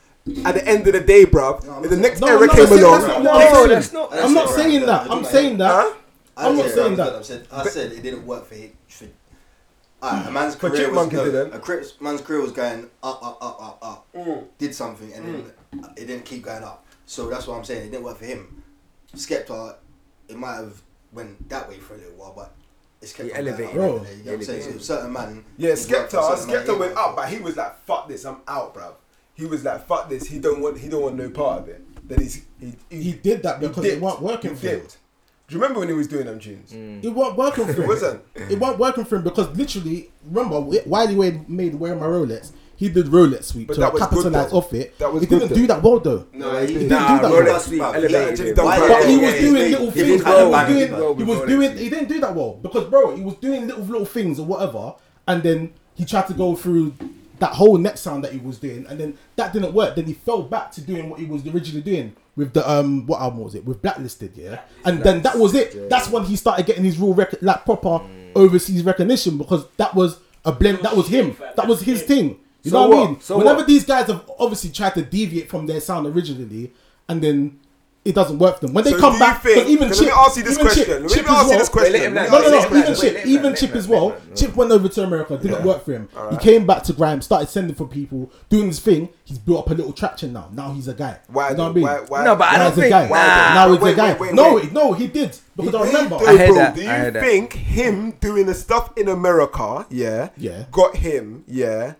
At the end of the day, bruv,
No, I'm
the
not
next
No,
era
no,
came along.
that's not
No,
what I'm saying.
that's not-
I'm not
That's
saying
not
that.
right.
I'm
Huh?
saying that.
I didn't
I'm not
say
saying
I
that.
was good, I said, I said it didn't work for him. For, Alright, a man's
For
career was
Chipmunk, it
no,
didn't.
a Crips, man's career was going up, up, up, up, up.
Mm.
Did something and then it didn't keep going up. So that's what I'm saying. It didn't work for him. Skepta, it might have went that way for a little while, but it's kept
He
on going
elevated.
up,
Bro.
You know what I'm saying? So a certain man.
Yeah,
it worked
Skepta,
for a certain man,
Skepta
it
went
worked
up,
for-
but he was like, "Fuck this, I'm out, bruv." He was like, "Fuck this, he don't want, he don't want no part of it." Then he's he
He did that because it Mm.
dipped.
weren't working
He
for him.
dipped. Do you remember when he was doing them tunes?
It weren't working for him.
It wasn't.
It weren't working for him because literally, remember, Wiley Wade made Wear My Rolex. He did Rolex sweep
But
to
that was good,
capitalize
though.
off it.
That was
he
good,
didn't
though.
do that well though.
No, he,
He didn't
Nah,
do that well.
roll that sweep,
Bruv, he
elevated
actually
him.
done
Why
quite
But he
Yeah,
was
yeah,
doing
yeah.
little
He
things.
did
and He was
well.
doing.
Well,
He
we
was
got
doing.
it.
He didn't do that well because bro, he was doing little little things or whatever, and then he tried to go through that whole neck sound that he was doing, and then that didn't work. Then he fell back to doing what he was originally doing with the um what album was it with Blacklisted, yeah, and then that was it. That's when he started getting his real record like proper overseas recognition because that was a blend. That was him. That was his thing. You know
So
what I
what?
mean?
So
Whenever
what?
these guys have obviously tried to deviate from their sound originally, and then it doesn't work for them. When they
So
come
do you
back,
think-
but even
let
Chip,
me ask you this
even Chip-
question. Let me
Chip
ask
as
you
well-
this question.
Wait, let him
No,
land,
No, no,
let him
no.
land,
Even
wait, let
Chip,
him
even
land,
Chip
let
as
him land,
well.
let him land.
Chip went over to America, didn't work for him. He came back to Grime, started sending for people, doing his thing. He's built up a little traction now. Now he's a guy.
Why?
You know what I
though?
mean?
Why? why
No, but I
now
don't
he's a
think-
guy.
nah.
Now he's
Wait,
a guy.
wait, wait,
no,
wait.
he- no, he did because I
Hey,
remember.
though,
I heard
bro,
that,
Do
I
you
heard that.
think him doing the stuff in America, yeah,
Yeah.
got him, yeah,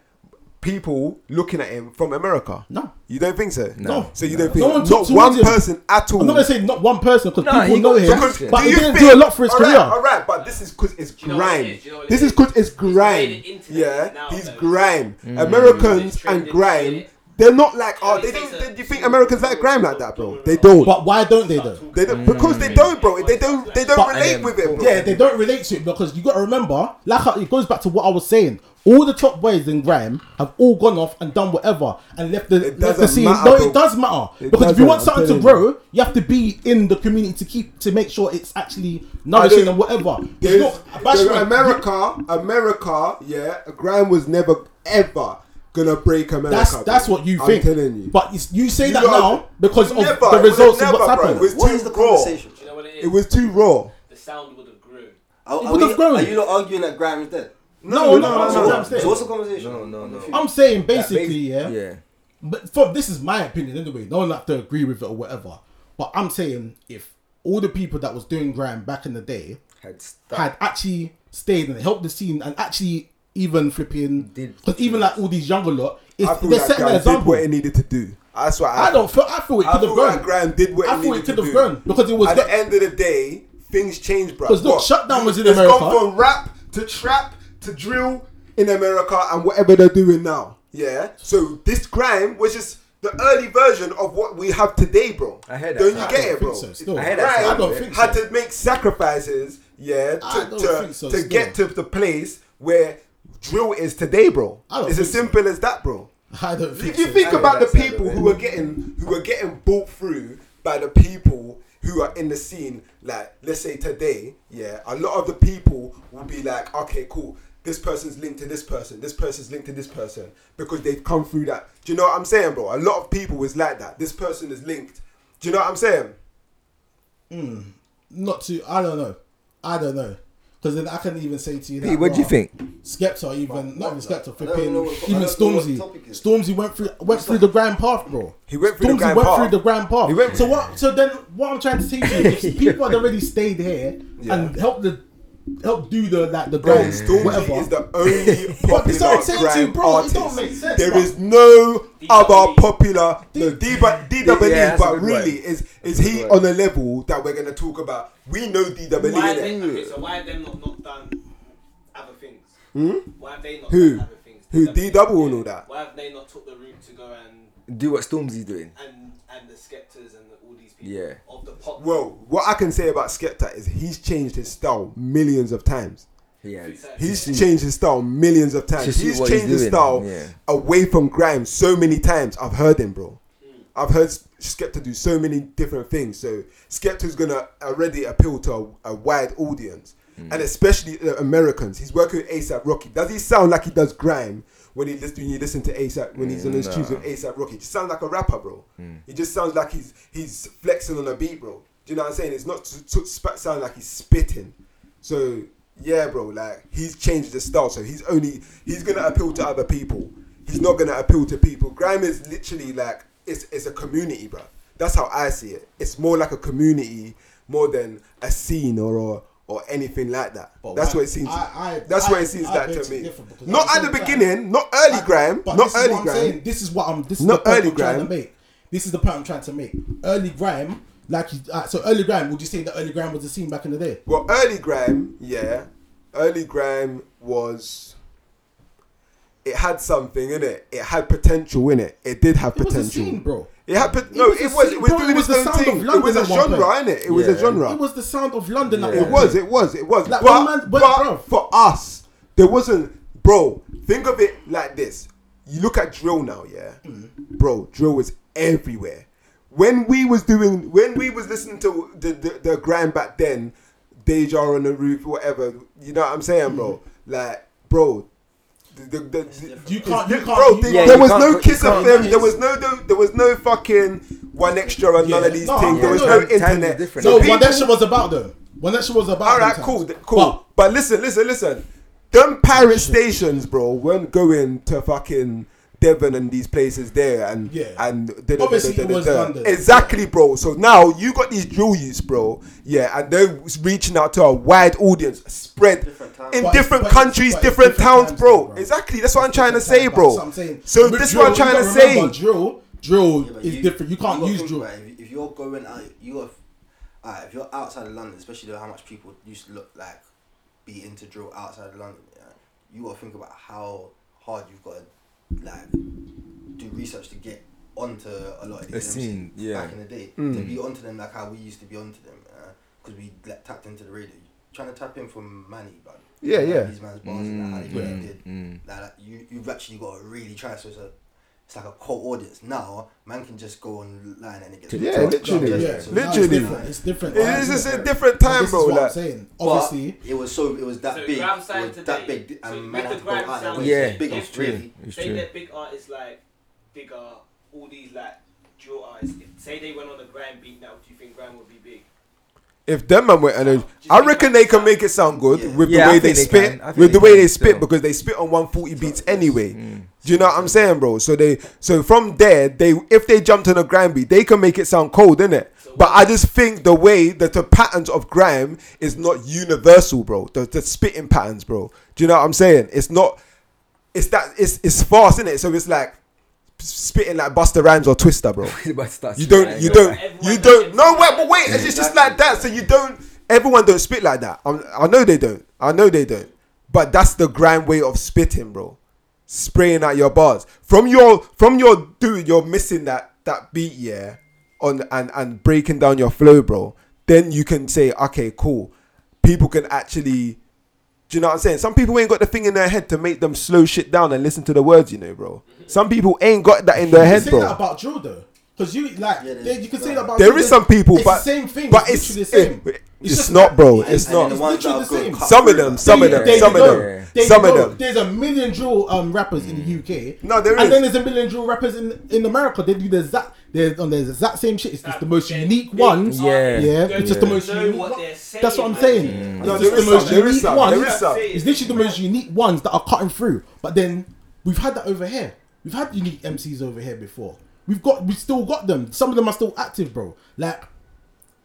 people looking at him from America?
No.
You don't think so?
No.
So you don't think
No one
not
talks
one
towards him.
person at all?
I'm not gonna say not one person because
No,
people
he
know
got
him,
traction.
but he
you
didn't
think-
do a lot for his
All right,
career.
All right, but this is because it's
Do you know what it
grime.
is? Do you know what it
this
is?
is because it's grime.
made it into
Yeah,
it now,
he's
though.
grime. Americans
It's
and
trending,
grime,
yeah.
they're not like
Yeah,
oh,
it
they
is
don't.
a-
they- You think Americans like grime like that, bro? They don't.
But why don't they though?
They don't because
Mm.
they don't, bro. They don't. They don't
But-
relate
and then-
with it, bro.
Yeah, they don't relate to it because you got to remember, like how- it goes back to what I was saying. All the top boys in Graham have all gone off and done whatever and left the, left the
doesn't
scene.
matter,
no,
bro.
it does matter
It
because if
doesn't,
you want
I'm
something to
telling
grow, you have to be in the community to keep to make sure it's actually
I
nourishing
don't-
and whatever. It's
There's-
not
there's
bashment.
America, America, yeah. Grime was never ever gonna break America.
That's
bro.
that's what you
I'm
think.
telling you.
But it's, you say
You
that
lot-
now because of
Never,
the
it
results
was
of what's
never, bro.
happened.
It was
What
too
is the
raw.
conversation?
Do you know what it is?
It was too raw.
the sound would have grown.
Are, are,
would have
we,
grown.
are you not arguing that Graham is dead?
no, no,
no,
that's
no,
what
no.
I'm
So what's the
saying.
conversation?
No, no, no.
I'm saying basically,
Yeah.
but for this is my opinion anyway. No one have to agree with it or whatever. But I'm saying if all the people that was doing grime back in the day
Had stuck.
had actually stayed and helped the scene and actually even flipping,
Did-
because even like all these younger lot,
I
it's,
feel
they're
like
setting
Grime
an
did
example.
what it needed to do. That's what I.
I don't feel. I feel it
I
could
feel
have grown.
like Grime did what
I
it
thought
needed
it could
to
have
do.
grown because it was
At
got-
the end of the day, things change, bro.
'Cause look,
What?
Shutdown was in
It's
America.
gone from rap to trap to drill in America and whatever they're doing now. Yeah. So this grime was just the early version of what we have today, bro.
I hear that.
Don't you
I
get
don't
it, bro?
think so, still.
I hear that,
Grime
I don't
think
had
so.
to make sacrifices, yeah,
I
to
don't
to,
think so,
to
still.
get to the place where drill is today, bro.
I don't
It's as
think so.
simple as that, bro.
I don't think.
If you
so.
think
I-
about the
that's not
people
the
who are getting who are getting bought through by the people who are in the scene, like let's say today, yeah, a lot of the people will be like, okay, cool. This person's linked to this person. This person's linked to this person because they've come through that. Do you know what I'm saying, bro? A lot of people is like that. This person is linked. Do you know what I'm saying?
not to. I don't know. I don't know. Because then I can even say to you,
Pete,
that,
what do you
bruh,
think?
Skepta, even not even Skepta,
I don't
flipping,
know what- I
even
don't know what
Stormzy.
the topic is.
Stormzy went through went through the grand path, bro.
He went through the
Stormzy
grand
went
path.
through the grand path.
He went-
so what? So then, what I'm trying to say to you is, people had already stayed here and helped the help do the like the
Bro,
grand
Stormzy
whatever.
is the only
But it's
popular
not saying to you,
grime
bro,
artist.
it don't make sense,
There
bro.
is no other
DWE.
popular no, D, but DWE,
Yeah, that's a
but
good
really,
word.
is is he on a level that we're gonna talk about? We know DWE.
Why
innit?
they, okay, so why have them not knocked down other things? Why have they not
Hmm? Who?
done other things?
Who,
They
D
don't-
double and all that?
Why have they not took the route to go and
Do what Stormzy's doing.
and and the skeptors and all these people
Yeah.
of the pop?
Well, what I can say about Skepta is he's changed his style millions of times.
He has.
He's changed his style millions of times.
To see
He's
what
changed
he's
his
doing,
style
yeah.
away from grime so many times. I've heard him, bro. I've heard Skepta do so many different things. So Skepta's gonna already appeal to a, a wide audience,
Hmm.
and especially the Americans. He's working with ASAP Rocky. Does he sound like he does grime when he listen, when you listen to ASAP when he's on his tunes with ASAP Rocky? He just sounds like a rapper, bro.
Hmm.
He just sounds like he's he's flexing on a beat, bro. Do you know what I'm saying? It's not to, to sp- sound like he's spitting. So yeah, bro, like he's changed the style. So he's only he's gonna appeal to other people. He's not gonna appeal to people. Grime is literally like it's it's a community, bro. That's how I see it. It's more like a community more than a scene or or, or anything like that.
But
that's
why-
what it seems.
I- I-
that's
I-
what it seems
I
like
beg to
to me.
differ because
Not
I'm
at the
saying that-
beginning. Not early grime.
But
Not
this is what
early
I'm
grime.
saying. This is what I'm. This is
Not
the point
early
I'm trying
grime.
to make. This is the point I'm trying to make. Early grime, like you, uh, so early grime. Would you say that early grime was the scene back in the day?
Well, early grime, yeah. Early grime was. It had something in it. It had potential in it. It did have
It was
potential,
a scene, bro.
It had pot
It
no.
was a
It was. It
scene,
was
bro.
doing
It was
its
the
own
sound
thing.
of
It
London
was a
at one
genre,
point.
innit? It was a
Yeah.
genre.
It was the sound of London. at
Yeah.
one
It was,
point.
it was, it was.
Like,
but
one man- but,
but
bro.
for us, there wasn't, bro. Think of it like this: you look at drill now, yeah, bro. Drill was everywhere. When we was doing, when we was listening to the the, the grind back then, Mm-hmm. Deja on the roof, whatever. You know what I'm saying, bro? Like, bro, The- the- the-
You can't. You can't.
Bro,
you
there-
Yeah,
can't-
there
you
was
can't
no
put-
kiss
you
of
can't
them.
kiss.
There was no, there was no fucking one extra and none
Yeah.
of these
No,
things. There
yeah,
was
no,
no
times are
internet.
different.
So
No,
people-
one that shit was about them. One that shit was about.
All
them
right,
times.
cool, th- cool. But, listen, listen, listen. Them pirate stations, bro, weren't going to fucking Devon and these places there, and
Yeah.
and da- da-
Obviously
da- da-
it
da-
was
da.
London.
exactly, bro. So now you got these drill youths, bro. Yeah, and they're reaching out to a wide audience, spread
Different times.
in
But it's-
different
but it's-
countries,
but it's
different,
different
towns,
times
bro.
though, bro.
Exactly, that's what I'm trying to say,
That's
bro.
what I'm saying.
So
But
this is
drill,
what I'm
you
trying to
gotta remember,
say.
Drill, drill
Yeah, but
is
you-
different. You can't
gotta
use
think
drill.
about it. If, if you're going out, you are, alright, if you're outside of London, especially how much people used to look like, be into drill outside of London, yeah, you got to think about how hard you've got to like do research to get onto a lot of
A
these MCs
scene, yeah.
back in the day
Mm.
to be onto them like how we used to be onto them because we like, tapped into the radio. Trying to tap in from Manny, bro.
Yeah, yeah.
These man's bars and that, how they really did.
mm.
Like, like, you, you've actually got to really try. So it's, a, it's like a cold audience. Now, man can just go online and it gets.
Yeah, literally.
Yeah,
So
now
now it's
Literally.
different.
It's different.
It is
times,
it's
isn't
a
it?
different
And
time,
this
bro.
is what I'm
Like,
saying.
But
Obviously,
it was so it was that
So
big. It
Gram
was
signed
that
today.
big,
So
and
with
man
the
had to go
Gram
out there.
sound,
It was
Yeah,
big
it's
it's
true.
really.
It's
say
true.
that big artists like bigger, all these like drill artists. If, say they went on a grind beat now, do you think grind would be big?
if them man were, and I reckon they can make it sound good
Yeah.
with
Yeah,
the
I
way they
think they
spit,
can. I think
with the
they
way
can
they spit,
still.
because they spit on 140 beats anyway.
Mm.
Do you know what I'm saying, bro? So they, so from there, they if they jumped on a grime beat, they can make it sound cold, innit?
So
But
what-
I just think the way that the patterns of grime is not universal, bro. The, the spitting patterns, bro. Do you know what I'm saying? It's not. It's that. It's it's fast, innit? So it's like spitting like Buster Rhymes or Twister, bro. You don't, you don't, you
Everyone
don't.
does it.
No, wait, but wait, it's just like that. So you don't. Everyone don't spit like that. i I know they don't. I know they don't. But that's the grand way of spitting, bro. Spraying out your bars from your from your dude. You're missing that that beat, yeah. On and and breaking down your flow, bro. Then you can say, okay, cool. People can actually. Do you know what I'm saying? Some people ain't got the thing in their head to make them slow shit down and listen to the words, you know, bro. Some people ain't got that in their
you
head,
can say
bro.
that about drill though, because you like
Yeah,
they- you can say that about.
There
drill,
is
then
some people,
it's
but
the same thing.
But
it's,
it's
literally the same.
it- it's,
just
not, bro.
that-
It's
And then
not.
the ones
literally
that
the
are good
same.
cut
Some of
through,
them,
like,
some of
There
them,
you
some of
go.
them,
There you
some of
go.
them. Mm.
There's a million drill um, rappers in the UK.
No, there
and
is.
then there's a million drill rappers in, in America. They do the exact, they're on the exact same shit. It's just the most
Big
unique
big
one.
artists
Yeah.
Yeah,
don't
it's just the most
know
unique
what
one.
they're saying. Mm.
That's what I'm saying.
No,
It's just
there
the
is
most
some. There is
unique
some.
ones.
There is some.
It's literally the most unique ones that are cutting through. But then we've had that over here. We've had unique MCs over here before. We've got, we've still got them. Some of them are still active, bro. Like,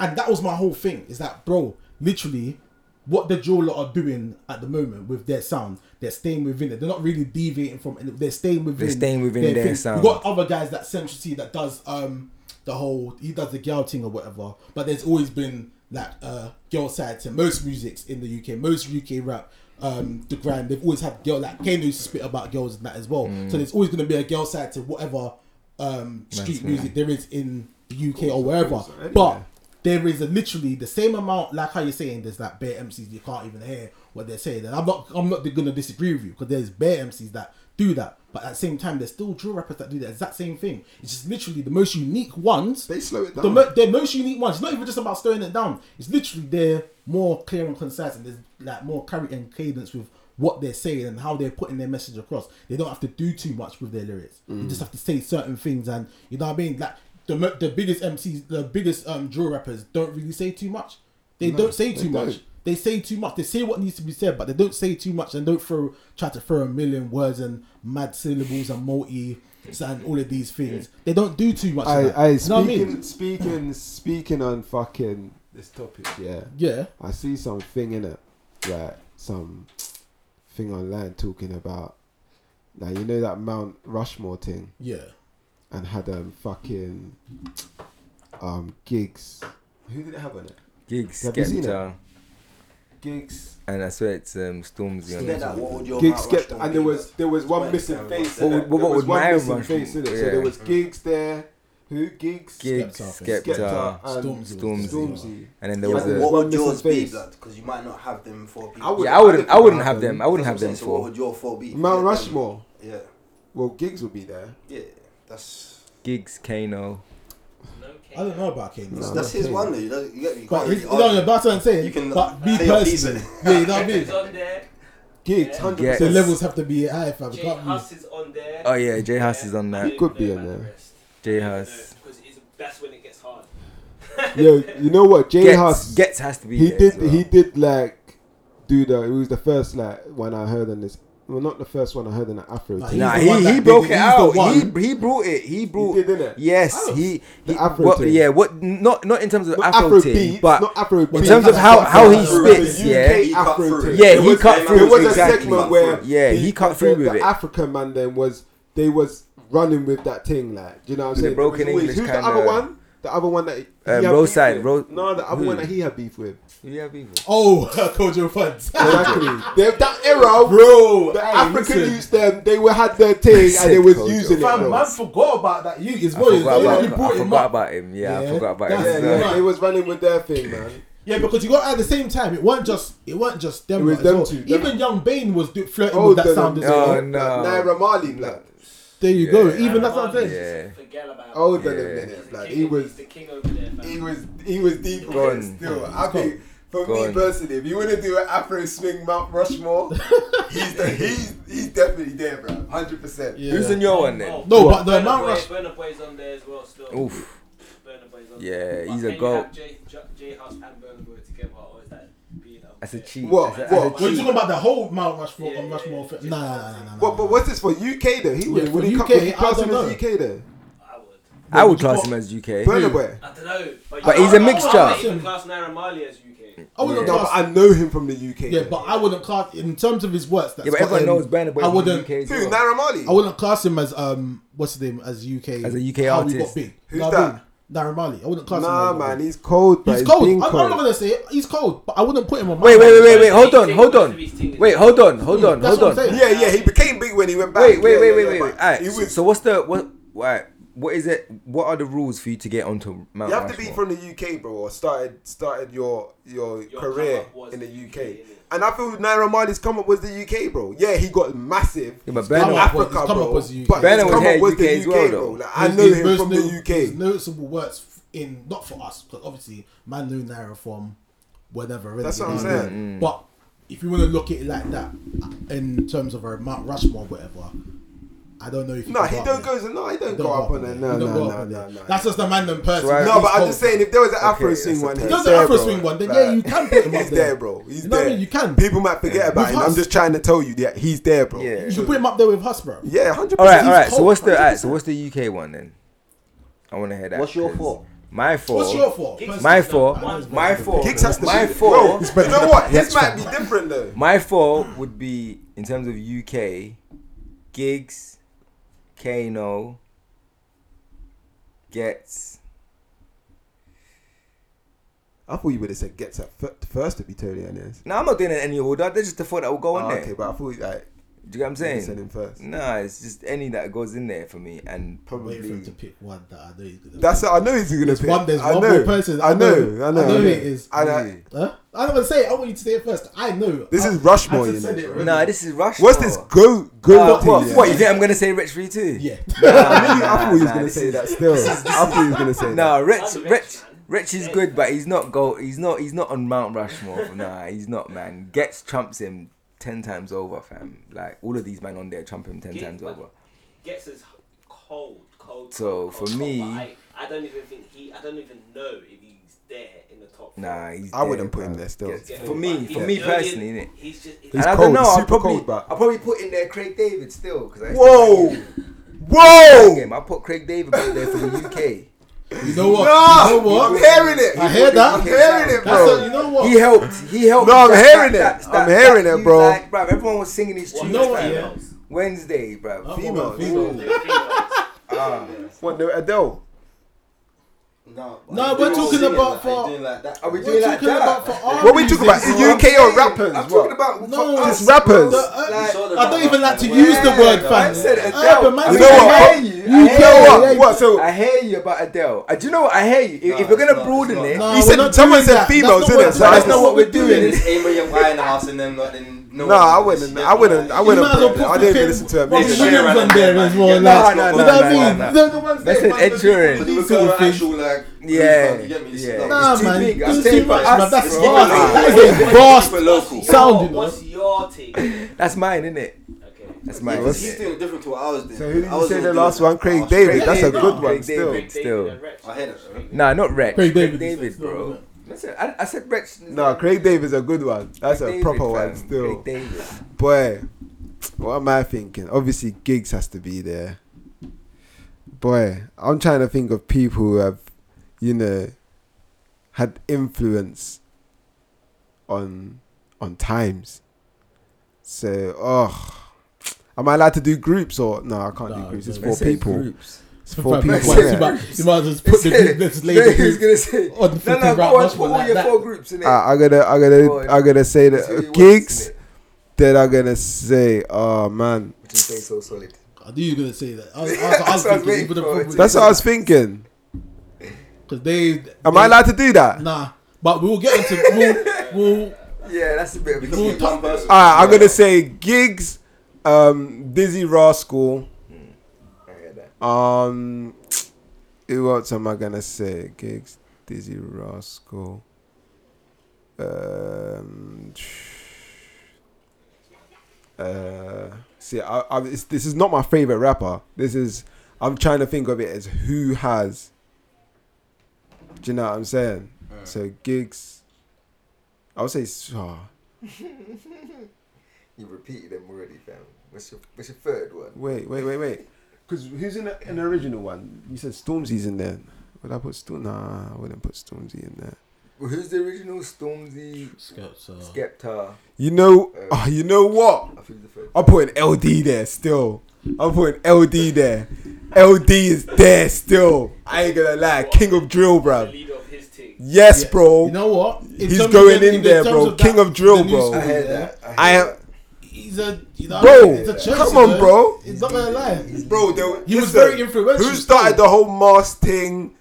and that was my whole thing is that, bro, literally, what the drill lot are doing at the moment with their sound, they're staying within it. They're not really deviating from it. They're staying within.
They're staying within their
thing.
sound.
We've got other guys that Central C that does um the whole he does the girl thing or whatever. But there's always been like uh girl side to most musics in the UK, most UK rap. Um, the grind they've always had girl like Kano used to spit about girls and that as well.
Mm.
So there's always gonna be a girl side to whatever um street music there is in the UK or wherever. But there is a, literally the same amount, like how you're saying, there's like bare MCs you can't even hear what they're saying. And I'm not, I'm not gonna disagree with you because there's bare MCs that do that, but at the same time, there's still drill rappers that do the exact same thing. It's just literally the most unique ones.
They slow it
The,
down.
mo- the most unique ones. It's not even just about slowing it down. It's literally they're more clear and concise, and there's like more clarity and cadence with what they're saying and how they're putting their message across. They don't have to do too much with their lyrics.
Mm.
You just have to say certain things, and you know what I mean. Like the mo- the biggest MCs, the biggest um drill rappers don't really say too much. They don't say too much. They say too much. They say what needs to be said, but they don't say too much and don't throw try to throw a million words and mad syllables and multi and all of these things. They don't do too much. of
I,
that.
I,
you know what I
speaking,
mean?
speaking, speaking on fucking this topic, yeah.
Yeah.
I see something in it, like some thing online talking about, like you know that Mount Rushmore thing,
Yeah.
and had um fucking um gigs. Who did it have on it?
Gigs,
Have you seen
Skepta,
Gigs.
and I swear it's um, Stormzy. On
Isn't that
this
that
one.
what would your
Oh, Gigs
Mount
skipped,
Rushmore
and there
be?
was there was one
Where-
missing
where
face.
was
in
that?
it.
What- what
There was
would
one
my
missing
Rushmore-
face in it. So
yeah.
there was gigs there. Who gigs?
Gigs,
Skepta.
Skepta,
Skepta and
Stormzy.
Stormzy.
Stormzy.
and then there
Yeah,
was
but
a.
One
What would
missing
yours be,
face.
blood? Because you might not have them four people.
I would-
Yeah, I wouldn't. I wouldn't have
Have them.
them. I wouldn't have
That's what I'm
them
saying, so What
for
would your four be?
Mount
Yeah,
Rushmore.
Yeah,
Well, gigs would be there.
yeah, that's.
gigs, Kano.
I don't know about Kane.
No.
That's his one though. You don't- you get me. You
But
can't
he's,
really
you know,
argue.
about what I'm saying.
You can
but be
say your piece
personal. Yeah, you know what I mean.
It's on there.
gigs,
Yeah.
hundred
The
Yes.
percent.
levels have to be high, fam.
Jay
Can't be.
Huss is on there.
Oh yeah, J House is
Yeah,
on that.
I
Could
don't
be
know
on
about
there.
the rest.
J
No,
House.
Because it's, that's when it gets hard.
Yo, you know what? Jay
Gets,
Huss,
gets has to be.
he
there
did,
as well.
he did like do the. It was the first like one I heard on this. Well, not the first one I heard in the Afro.
Nah,
tape.
He's
Nah,
the
he,
one that
he
did
broke
it.
it
He's the
out.
one.
He he brought it. He brought.
did, innit?
Yes, he.
The
he
Afro
what,
thing.
yeah, what? Not not in terms of
Not
Afro,
Afro
thing,
beats,
but
not Afro beats.
in terms of how how he
Afro
spits,
beats.
yeah,
UK Afro tape.
Yeah,
There
he
was-
cut
There
through.
was
exactly.
a segment where
yeah,
the-
he cut
the-
through
the
with it.
African man then was they was running with that thing like, do you know what I'm
The
saying? There
broken
was always-
English
Who's the
kinda-
other one? The other one that he he
Um,
had beef
Roadside,
with.
Ro-
No, the other
who?
one that he had beef with.
Yeah, people.
Oh, Kojo Funds.
Exactly. they, that era,
Bro,
the
hey,
African
listen.
youths them, they were had their thing and they
Said
was
Kojo.
using it.
Fam,
bro.
man forgot about that. You is
I
what it is.
forgot,
You
about,
brought
I
him
forgot
up.
about him. Yeah, I
Yeah,
forgot about
that's-
Yeah,
him.
Yeah.
yeah, they was running with their thing, man.
Yeah, because you got at the same time, it wasn't just it wasn't just them.
It was
as
them
well.
two, them-
Even Young Bane was do, flirting
Oh,
with that
the-
sound as
Oh,
well.
like
no.
Naira Marley, black.
There you
Yeah.
go. Even that's what I'm saying. Oh,
Yeah.
Forget about it.
Older than
Yeah.
He's
minute,
the
black.
king-
He
he's
was,
the king over there, fam.
He was he was deep
Go
in it
on.
still. I think for
Go
me
on.
personally, if you want to do an Afro swing Mount Rushmore, he's the, he's he's definitely there, bro. Hundred percent.
Yeah.
Who's in your one then?
Oh,
No, but the
Burna
amount
Boy-
rush.
Burna Boy's on there as well still.
Oof.
Burna Boy's on
Yeah,
there. But
he's a
can you
goat.
have J, J, J House and Burna Boy together, or is that being up
That's a
there?
cheat.
What?
That's a-
What?
that's a
We're
cheat.
talking about the whole Mount Rushmore.
Yeah,
Yeah, Rushmore.
yeah,
Yeah,
yeah.
Nah, nah, nah, nah, nah.
what, but what's this for UK though? He
Yeah,
would, would
for
he come
UK,
would he
I
class him
don't
as UK though?
I would.
I would
Who?
class him as UK.
Burna Boy.
I don't know. But,
But
you
he's
know,
a mixture.
I wouldn't even class Naira Marley as UK.
I wouldn't
Yeah.
No,
class.
but I know him from the UK.
yeah,
though.
but I wouldn't class in terms of his works. That's
Yeah, but everyone
gotten-
knows Burner Boy
I
from the
wouldn't.
UK as
Who,
well.
Naira Marley?
I wouldn't class him as um, what's his name as UK
As a UK
how We
artist.
got big.
Who's
Nah,
that?
big. Naira Marley. I wouldn't class
Nah,
him. as-
man, he's cold, but
He's
he's
cold.
being
I'm, I'm not
cold.
gonna say it. he's cold, but I wouldn't put him on. my
Wait, wait,
level.
wait, wait, wait. Hold
He's
on,
taking
hold
most
on.
of his team as
Wait,
well.
hold on, hold
Mm,
on,
that's
hold
what I'm
on.
saying.
Yeah, yeah, he became big when he went back.
Wait, wait,
Yeah,
wait,
yeah,
wait,
yeah,
wait.
but
wait. Alright,
He was,
So what's the what? Right. What is it? What are the rules for you to get onto Mount
you have to be
Rushmore?
from the UK, bro, or started started your your,
Your
career
come up was
in the
the
UK.
UK, innit?
and I feel Naira Marley's come up was the UK, bro. Yeah, he got massive.
Yeah, but
in
Burna-
Africa,
His come
bro.
up was the UK.
But
Burna
his
was
come
here
up was
UK
the
as
UK,
well,
bro.
though.
Like, I
His-
know
his
him
most
from
no-
the
his
UK.
Noticeable works f- in not for us because obviously man knew Naira from whatever.
That's
innit?
what I'm
You know
saying.
I mean? But if you want to look at it like that, in terms of her Mount Rushmore, whatever, I don't know if
No,
can
he
up
don't
there.
go. No, he
He
don't
don't
go up on
there.
it. No,
He
no,
don't go up
no,
on
no,
there.
no.
That's just a random person.
Right.
No,
He's
but I'm
cold.
just saying, if there was an Afro
Okay,
swing
that's
one,
okay.
he's
If there's
there,
an Afro
bro.
swing one, then yeah, you can put him up
He's there, bro. He's
You know what I
there.
mean? You can.
People might forget about
With
him. I'm
us.
just trying to tell you that he's there, bro.
Yeah.
You should put him up there with Huss, bro.
Yeah, hundred
All right,
percent.
all right. So what's the all right, so what's the UK one then? I want to hear that.
What's your
'cause
fault?
My four.
What's your fault?
Gigs-
My
Gigs-
four.
Gigs-
My four.
Gigs has to
My
shoot.
four.
Bro, you know what? His might be different though.
My four would be in terms of UK, gigs, Kano, gets.
I thought you would have said gets at fir- first to be totally honest.
No, I'm not doing it any order. That's just the four that will go in
Oh,
there.
okay, but I thought like
Do you get what I'm
you said him
saying?
first.
Nah, it's just any that goes in there for me,
Wait
and
for
probably
him to pick one that I know he's gonna.
That's it. I know he's gonna
There's
pick.
one- there's
I
one
know.
more person.
I
I
know.
know.
I know. uh,
I know it is.
I know.
Really?
Huh? I don't want to say. it. I want you to say it first. I know.
This
I-
is Rushmore,
I just
you
said
know,
it
bro.
already.
Nah, this is rush.
What's this go go
Uh, What,
to?
what,
yeah?
what, you think I'm gonna say Rich Free too?
Yeah.
Nah,
I knew- I thought he was
nah,
gonna
this
say
is-
that still. I thought he was gonna say that.
No, Rich,
I'm
Rich,
rich,
Rich,
man.
is
Yeah.
good, but he's not go. He's not. He's not on Mount Rushmore. nah, he's not, man. Gets trumps him ten times over, fam. Like all of these men on there trump him ten
Gigs,
times
man.
over.
Gets us cold, cold.
So,
cold,
for
cold, cold,
me-
but I, I don't even think he. I don't even know if he's there in the top. four.
Nah, he's.
I
there,
wouldn't put him
fam.
there still.
Gets-
Yeah,
for
but
me,
he's
for me
the only-
personally, innit.
He's just. He's,
And I
cold,
don't know. I'll
super
probably,
cold, but-
I'll probably put in there Craig David still. Cause I used to
Whoa!
like him.
Whoa!
Him. I put Craig David back there for the UK.
You know what?
Nah,
you know what?
I'm hearing it.
I hear that.
I'm hearing it,
That's
bro.
a, you know what?
He helped. He helped.
No, I'm hearing it. I'm hearing it,
you
bro.
Like, bruv, everyone was singing his
Well,
tunes.
no one-
fam.
yeah.
Wednesday, bruv.
Oh,
Females.
females.
They're females.
Ah.
What no Adele?
No, but
No,
you
we're
doing
talking
singing
about
like-
for-
you doing like that.
Are we
We're
doing like
talking
that?
about for our
What we talking about? Is
music, bro.
UK or rappers?
I'm
What?
talking about
No,
for
it's
us,
rappers.
bro.
The-
Like,
I don't even like to use the
yeah,
word
bro.
fam.
I said Adele.
Urban man
I
You
mean,
know
said
what?
I
Adele.
hear you.
You
I
know
hear
what?
you.
What? So-
I hear you about Adele. I do you know what? I hear you. If,
No,
if you're
it's
gonna
not,
broaden
it's
it,
not.
he
No, we're
said
not
someone
doing
said
that.
females,
That's not
didn't it?
what-
So
that's
that's
not
not
what we're doing.
It's Amy and Winehouse and them, not then. No,
No, I wouldn't. I wouldn't. I wouldn't.
might as well
put-
put
I didn't
fucking
even listen to her
Robin
music.
Share
Williams on
and
there
Adele,
as
yeah,
well.
no,
like, you
no, no,
know what I
no,
mean?
no, no.
They're the ones
That's
that-
an Ed Sheeran.
Police
sort
are
of thing.
actual like.
Yeah,
You get me? It's
yeah.
not-
Nah,
It's too
man.
big. I'm
It's
saying
too
for
much, man.
us,
That's
bro.
Keep
vast.
it
That is a
local.
vast
Keep it local.
sound, you know.
What's your you're taking.
That's mine, isn't it?
Okay.
That's
Yeah,
mine.
'cause he's doing it different to what I was doing.
So who did
I
you
was
say
only
the
doing
last
it
one?
for
Craig
us.
David. That's a
David.
good one
Craig
still.
David. Still.
and Rex.
I hear that, bro.
Nah, not Rex.
Craig David.
David, bro. Listen, I, I said Rex.
No, Craig David's a good one. That's
Craig
a
David,
proper
fam.
one still.
Craig David.
Boy, what am I thinking? Obviously, gigs has to be there. Boy, I'm trying to think of people who have, you know, had influence on on times. So, oh, am I allowed to do groups or no? I can't
No,
do groups. It's
no,
It
four
says
people.
Groups.
It's
four
fine,
people,
You might,
yeah.
you might- you might as well put the group, let's lay the
He's
group
gonna say.
on the
No,
flipping
no,
route
go on, put
multiple
all
like
your
that.
four groups in it.
I, I gotta, I gotta,
Go on.
I gotta say
Let's
that
see who
uh,
he wants,
gigs.
innit?
Then I'm gonna say, oh man,
Which is say so solid.
I knew you were gonna say that. I was, I was, I was
That's what I was
thinking
waiting
you put
for.
them-
that's what I was thinking.
Cause they.
Am
they-
I allowed to do that?
Nah, but we'll get into we'll, we'll
Yeah, that's a bit of a
We'll
cheat.
talk-
All right, I'm gonna say gigs, um, Dizzy Rascal.
I hear that.
Um, who else am I gonna say? Gigs, Dizzy Rascal. Um, uh, see, I, I, it's, this is not my favorite rapper. This is I'm trying to think of it as who has. Do you know what I'm saying? So gigs, I would say. s- ah,
You repeated them already, fam. What's your What's your third one?
Wait, wait, wait, wait. Because who's in the, an original one? You said Stormzy's in there. Would I put Storm? Nah, I wouldn't put Stormzy in there.
Well, Who's the original Stormzy, Skepta?
You know,
Uh,
oh, you know what?
I think the third.
I'm putting LD there still. I'm putting LD there. LD is there still. I ain't gonna lie. King of drill,
The
bruv.
leader of his team.
Yes, bro.
You know what? In
He's
terms of
going
the-
in
the
there,
terms
bro.
that-
King of drill,
the new
bro.
school
Oh, I heard
there,
that. heard
I am,
He's a, you know,
Bro,
it's a Chelsea,
come on,
man.
bro.
It's not gonna lie.
bro. They,
He
listen,
was very influential.
Who started the whole mask thing?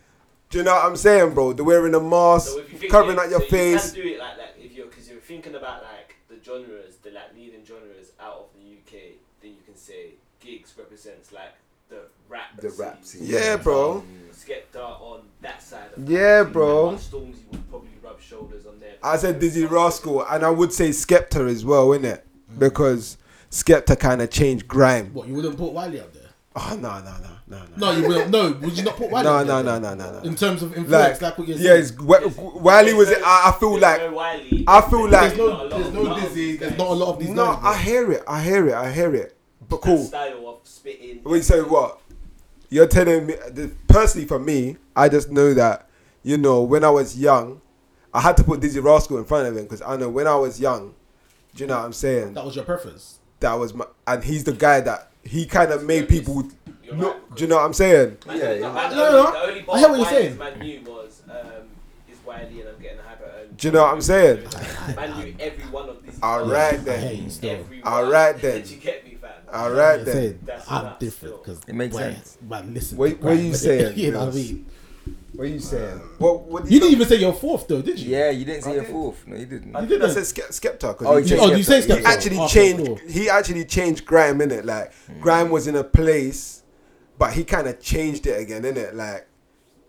Do you know what I'm saying, bro? The wearing a mask,
So if you think
covering
it-
up your
so
face.
You can do it like that if you're because you're thinking about like the genres, the like leading genres out of the UK. Then you can say gigs represents like the rap.
The rap scene.
Yeah, bro.
Skepta on that side of
Yeah,
the
bro.
Stormzy would probably rub shoulders on there.
I said Dizzy Rascal, and I would say Skepta as well, innit? Because Skepta kind of changed grime.
What you wouldn't put Wiley up there?
Oh no, no, no, no, no.
No, you wouldn't. No, would you not put Wiley?
No,
up
no,
there
no,
then?
no, no, no.
In terms of
Like,
influence, like, what you're
yeah,
saying.
it's, w- w- Wiley was. I, I feel
There's
like.
no Wiley,
I feel like-
there's no, there's no Dizzy. There's not a lot of these.
No,
names, bro.
I hear it. I hear it. I hear it. But
Cool.
cool.
Style of spitting.
Wait, so what? You're telling me, the- personally for me, I just know that, you know, when I was young, I had to put Dizzy Rascal in front of him because I know when I was young, do you know what I'm saying?
that was your preference.
That was my, and he's the guy that he kind of made people,
You're
look,
right.
do you know what I'm saying?
Man,
Yeah,
the- the-
yeah.
man, the
No,
only-
no,
the only
I hear what you're
Wiley's
saying.
Man knew was um, is Wiley and I'm getting hyper. and-
Do you know what I'm saying?
Man knew every one of these.
All
songs.
right
I hate
then,
you still.
Every
All
one.
right then.
Did you get me, fam?
all
Yeah,
right then.
saying,
That's
I'm
not
different
still-
because
It makes sense.
Man, listen.
What-
to
what are you
Brian.
saying,
you know what I
Bills?
mean?
What are you saying? What? What?
You didn't even say your fourth though, did you?
Yeah, you didn't see
I
your
did.
fourth. No, you didn't.
You
think I
didn't.
said Skep- Skepta because
Oh, you
he,
said
oh, you say
Skepta.
Skepta.
actually
After four.
changed. He actually changed grime in it. Like grime was in a place, but he kind of changed it again in it. Like,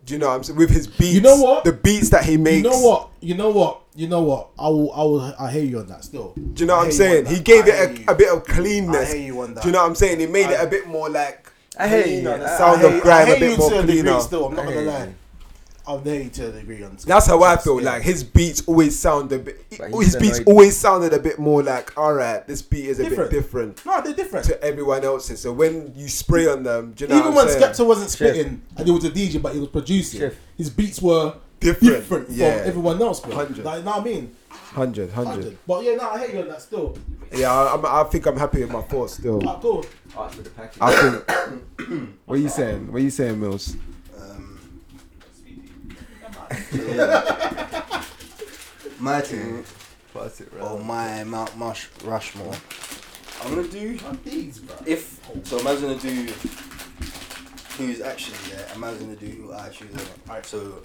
do you know? what I'm saying with his beats.
You know what?
The beats that he makes.
You know what? You know what? You know what? I will. I will. I hear you on that still.
Do you know what I'm
I hear you
saying?
on
He
that.
gave
I hear
it
you.
a, a bit of
I
cleanness.
hear you on that.
Do you know what I'm saying? He made it
I-
a bit more like
I hear
cleaner,
you.
The
I-
sound
I
of grime a bit more
to a degree
cleaner.
Still, I'm not gonna
Hey.
lie. I'm there to a degree on.
That's how I feel.
Yeah.
Like his beats always sound a bit.
But he's
His beats
annoyed.
always sounded a bit more like, all right, this beat is a
Different.
bit different.
no, they're different.
to everyone else's. So when you spray on them, do you know
Even
what
when
I'm saying?
Skepta wasn't
Chef.
spitting and he was a DJ, but he was producing,
Chef.
his beats were
Different,
different,
yeah.
from everyone else. Bro.
100.
Like, know what I mean?
100, 100.
But yeah, no, I hate you on that still.
Yeah, I, I'm, I think I'm happy with my four still.
Like, cool.
Ask for the package.
I think. what you saying? What you saying, Mills?
Um, my team
Pass it
or
round.
my Mount Marsh Rushmore. I'm gonna do if so. I'm gonna do who's actually there. I'm gonna do who I choose. Alright. So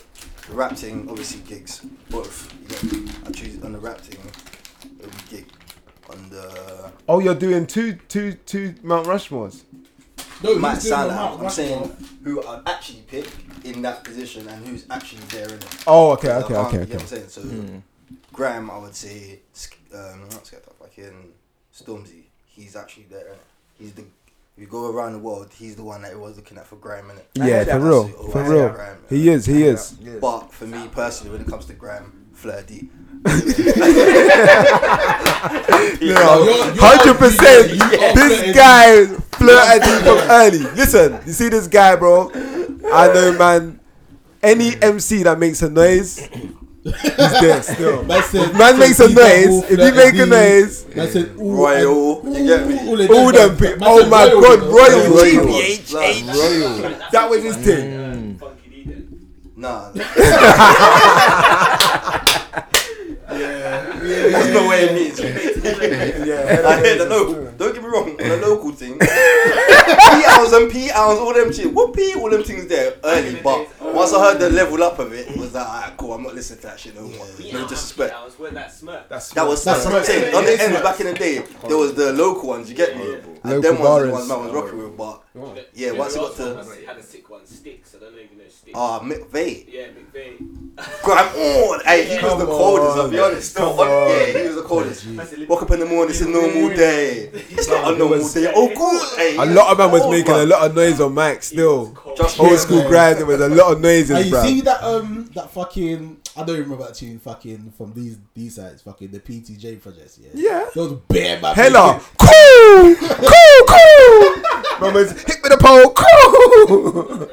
the rap thing, obviously gigs. Both. You get me? I choose on the rap thing. It'll be gig. On the
Oh, you're doing two, two, two Mount Rushmores.
No,
might
Oh, he's doing
sound
the
like
Mount
I'm saying
Rushmore.
who I actually pick in that position and who's actually there in it.
Oh, okay,
I
okay,
can't-
okay,
You get
okay.
what I'm saying? So Graham, I would say, Sk- um, not Skepta, fucking Stormzy. He's actually there. innit? He's the. If you go around the world, he's the one that was looking at for Graham. Innit?
Yeah, for
That's
real,
who-
for
that's
real.
Graham, innit?
He is, he is.
But for me personally, when it comes to Graham, Flair D.
Hundred percent. This guy flirted with you from early.
Listen, you see this guy, bro. I know, man. Any MC that makes a noise, he's there still.
That's it.
Man makes a noise. If you make a noise,
That's it. Ooh,
Royal, you get me?
All, of
all them people. Oh my God, Royal GBH.
Royal.
That was his thing.
Mm. Uh, Funky D then.
Nah.
Yeah.
That's not what it means.
Yeah.
I hear the local. Don't get me wrong, on the local thing. P hours and P hours, all them shit. What P? All them things there early, but once I heard the level up of it, it was like, alright, cool. I'm not listening to that shit no more. No disrespect.
I was with that smirk.
That's
That was that's what I'm saying. On the end, back in the day, there was the local ones. You get me? And them ones, are the ones man was rocking with, but yeah, once it got to
had a sick one, Sticks. I don't know if you know Sticks.
ah McVeigh.
yeah, McVeigh.
Grab on! Hey, he was the
Come
coldest,
on.
I'll be honest. No,
Come on. Oh,
yeah, he was the coldest.
That's it.
Woke up in the morning, it's a normal day. It's not a normal day. Oh, good. Hey,
A lot of man was
oh,
making
bruv.
a lot of noise on mic
It
still.
was cold.
Just
Old school
Yeah.
grind, there was a lot of noises,
And you see
bruv.
that um that fucking I don't remember that tune fucking from these these sides fucking the PTJ projects yeah
Yeah.
those bare man
Hella, cool, cool, cool. Mama's hit with a pole, cool.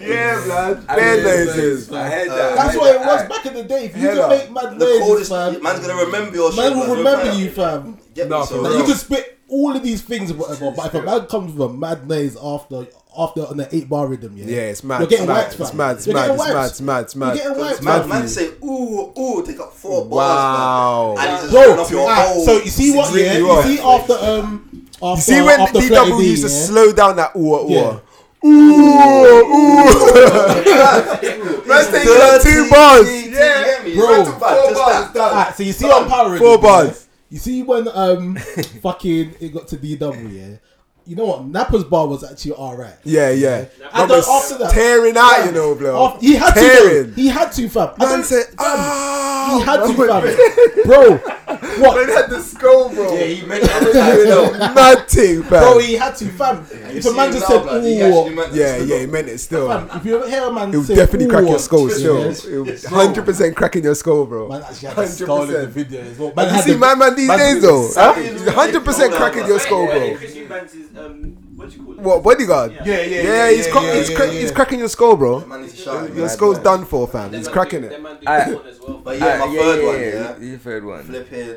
yeah, blood. Bare noises.
I heard that.
That's what it was back in the day. If you
Hella.
can make mad
The
noises,
coldest
fam,
man's gonna remember your shit.
man will
bruv.
remember you, fam.
Get me
Nah,
some
for
Like,
real.
you can spit all of these things, or whatever. But if a man comes with a mad noise after after on the eight bar rhythm, yeah,
Yeah, it's mad.
You're getting
it's, mad.
wiped,
it's
fam.
mad. It's
You're
mad.
getting
It's mad.
wiped.
It's mad. It's
You're
mad.
getting wiped,
mad
Man,
for
fam.
man
you.
say, ooh, ooh, take up four
Wow.
bars. man. And it's just
Bro,
turn off your
alright,
whole.
so you see what?
really
Yeah, you
off.
see after um, after
You see when
after
DW
30D,
used to
yeah?
slow down that ooh
Yeah.
ooh. Man's taking like two bars.
Yeah,
Bro,
bro. Four bars.
Alright, Ah, so you see on power
Four bars.
You see when um fucking it got to DW, yeah. You know what? Napa's bar was actually alright.
Yeah, yeah.
And then
Mama's
after that,
tearing out, you know, bro.
after- he had to.
Tearing.
Though. He had to, fam. I
Man
don't-
said,
he
ah.
had to, fam. Bro,
Man
what?
had the skull, bro.
Yeah, he meant that.
Mad thing,
Bro,
fam.
he had to, fam. if
You
a man
see him now,
just said,
blood, he actually
"Ooh,"
meant that.
Yeah, yeah, he meant it still.
fam, if you ever hear a man
It would
say,
definitely crack your
"Ooh,"
skull still.
yeah,
Hundred percent cracking your skull, bro.
Man actually had a skull in the
100%.
video as well.
Man, you
had
see
the-
my man these
man
days
did
though.
the
Hundred percent
Yeah.
cracking your skull,
Yeah,
bro.
Christian Banks is, um, what do you call it?
What bodyguard?
Yeah, yeah,
Yeah, he's cra- he's, cra-
yeah,
he's
yeah.
cracking your skull, bro.
Man, he's shouting.
Your skull's done Ah, for, fam.
Them
He's
man
cracking
do- them
it.
man do
Alright.
this one as well.
But yeah, my third one, yeah.
Your third one.
flipping.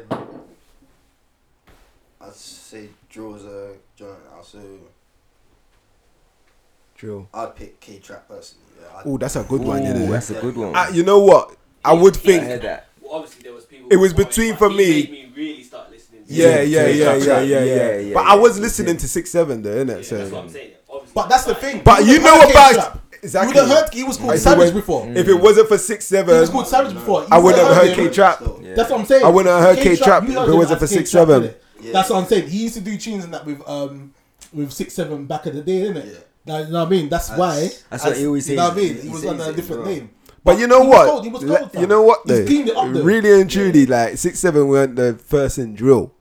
I'd say draws a joint. I'll say
Drill.
I'd pick K Trap personally. Yeah, I'd-
Oh, that's a good one,
Ooh,
isn't it?
that's a good one.
Ah, you know what? I would
I
think.
heard that.
Well, obviously there was people.
It was
who were on
between
but
for
he
me-
Made me really start listening. to
Yeah,
it.
yeah, yeah, yeah, yeah,
Yeah,
yeah.
yeah,
But I was
yeah.
listening to six seven though, innit?
Yeah, that's what
So,
I'm saying. Obviously,
But that's the thing.
but you
would've
know
heard K-Trap.
about
You
exactly.
would have heard he was called
Like,
Savage
when-
before. He
If it wasn't for six
was
seven,
called Savage before. You
I wouldn't have heard
him.
K Trap.
Still.
Yeah.
That's what I'm saying.
I wouldn't have heard K-Trap
you
if
heard
it
him
wasn't
as
for 6
K-Trap,
7.
innit?
Yeah.
That's what I'm saying. He used to do tunes and that with um with six seven back in the day, innit?
Yeah.
Now, you know what I mean? That's, why.
That's what he always
You
says.
know what I mean? He
He
was
says
under a
it,
different
bro.
name.
But you know
he was
what?
cold, he was
Le-
cold, fam.
you know what?
He's
Though?
cleaned it up, though.
Really and truly, like six seven weren't the first in drill.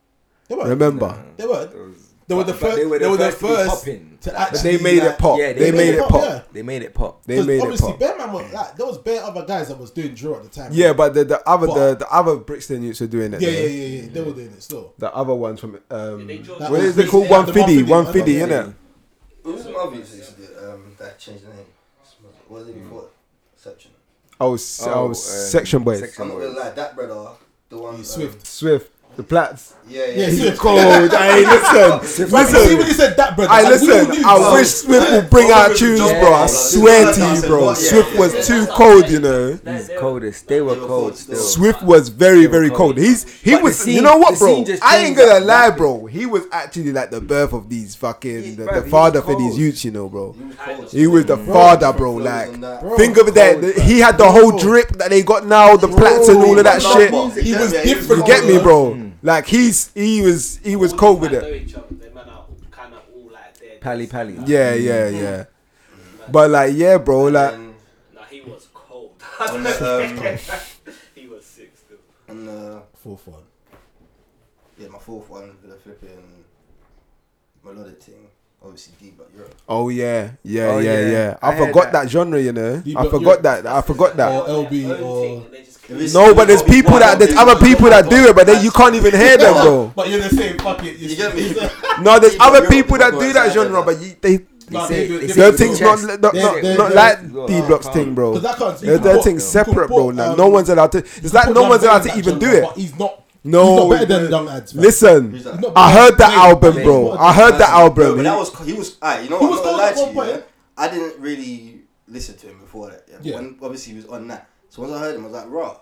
They were.
Remember,
They were. They were
But-
the
but
first. They were the,
to be
first
popping.
to
but
actually.
they made
like,
it pop.
Yeah,
they, made it pop.
yeah.
They made it pop.
They made it
obviously,
pop.
Bearman was like there was bare other guys that was doing drill at the time.
Yeah, but the, the other the,
But-
the other Brixton youths are doing it.
yeah,
though.
yeah, yeah, yeah. They were doing it still.
The other ones from um,
They chose-
That
what
was
is they
Brixton,
called?
yeah,
One
the
fiddy,
150,
one fiddy,
yeah.
innit?
It was some other used to do that, um, that changed the name. What was it before? Section.
Oh, s-
Oh,
oh,
um,
section boys.
Section-
I'm not gonna lie, that brother, the one. um,
Swift.
Swift, the Plats.
Yeah,
Yeah,
yeah.
Swift.
Cold. hey, listen,
Like, you see when
listen.
he said that, brother.
I
like, we all
listen.
knew,
I
bro.
wish Swift would bring
Yeah.
out tunes, bro. I
Yeah.
swear to
Yeah.
you, bro.
Yeah.
Swift
Yeah.
was too cold, you know.
These coldest. They were
They were
cold
cold still.
still.
Swift was very,
They were
very
cold.
cold. He's he
But the
was. you
scene-
know what,
the
bro?
scene just
I ain't
changed
gonna
up
lie,
rapidly.
bro. He was actually like the birth of these fucking the,
bruv, he
the
was
father for these
cold.
youths, you know, bro.
He was cold.
He was the father, bro.
Flows
Like,
and that.
Bro,
think of that.
cold,
the- he had the whole drip that they got now, the plats and all of that
Bro,
shit.
bro,
He was
yeah,
different.
You get me,
um,
bro? Like he's he was he was
All
cold
these
with
man
it.
Know each other. They man are kind of all like they're-
Pally pally.
Yeah, yeah, yeah. But like, yeah, bro. Like,
And
Nah, he was cold.
then on the, um,
he was sick still.
fourth one?
uh, Yeah, my fourth one, the flipping melodic thing. Obviously, deep but Europe.
Oh yeah, yeah,
Oh,
yeah,
yeah.
yeah,
I
I,
heard
forgot
that.
that. genre, you know.
You
I
got-
forgot that. I forgot that.
Or LB or-
No, but there's people that there's other people that do it, but then you can't even hear them, bro.
But you're the same. Fuck it.
You get me?
No, there's other people that
Go
do that
inside them,
genre, but you, they
Nah,
say-
they do it
they
different.
say
their
it's
things
in
not
chest.
not, not,
They're- they're-
not
they're-
like D blocks thing, bro.
Because that can't. you
Their,
can
their
put-
things
you can
separate,
put,
bro. Like
um,
no one's allowed to. It's like
put
no
Young
one's
Man
allowed
in
to
that
even do
genre,
it.
but He's not. he's
No,
not better than young ads. man.
listen.
Who's that?
He's not
I
better
heard
than-
that
Wait,
album,
wait,
bro.
what?
I heard that
Um, No,
album.
but that was he was. Alright, you know
He
what?
was
I'm not
cold
gonna
at
lie
one
to you.
point.
yeah? I didn't really listen to him before that. Yeah.
Yeah.
When obviously he was on that. So once I heard him, I was like, "Raw,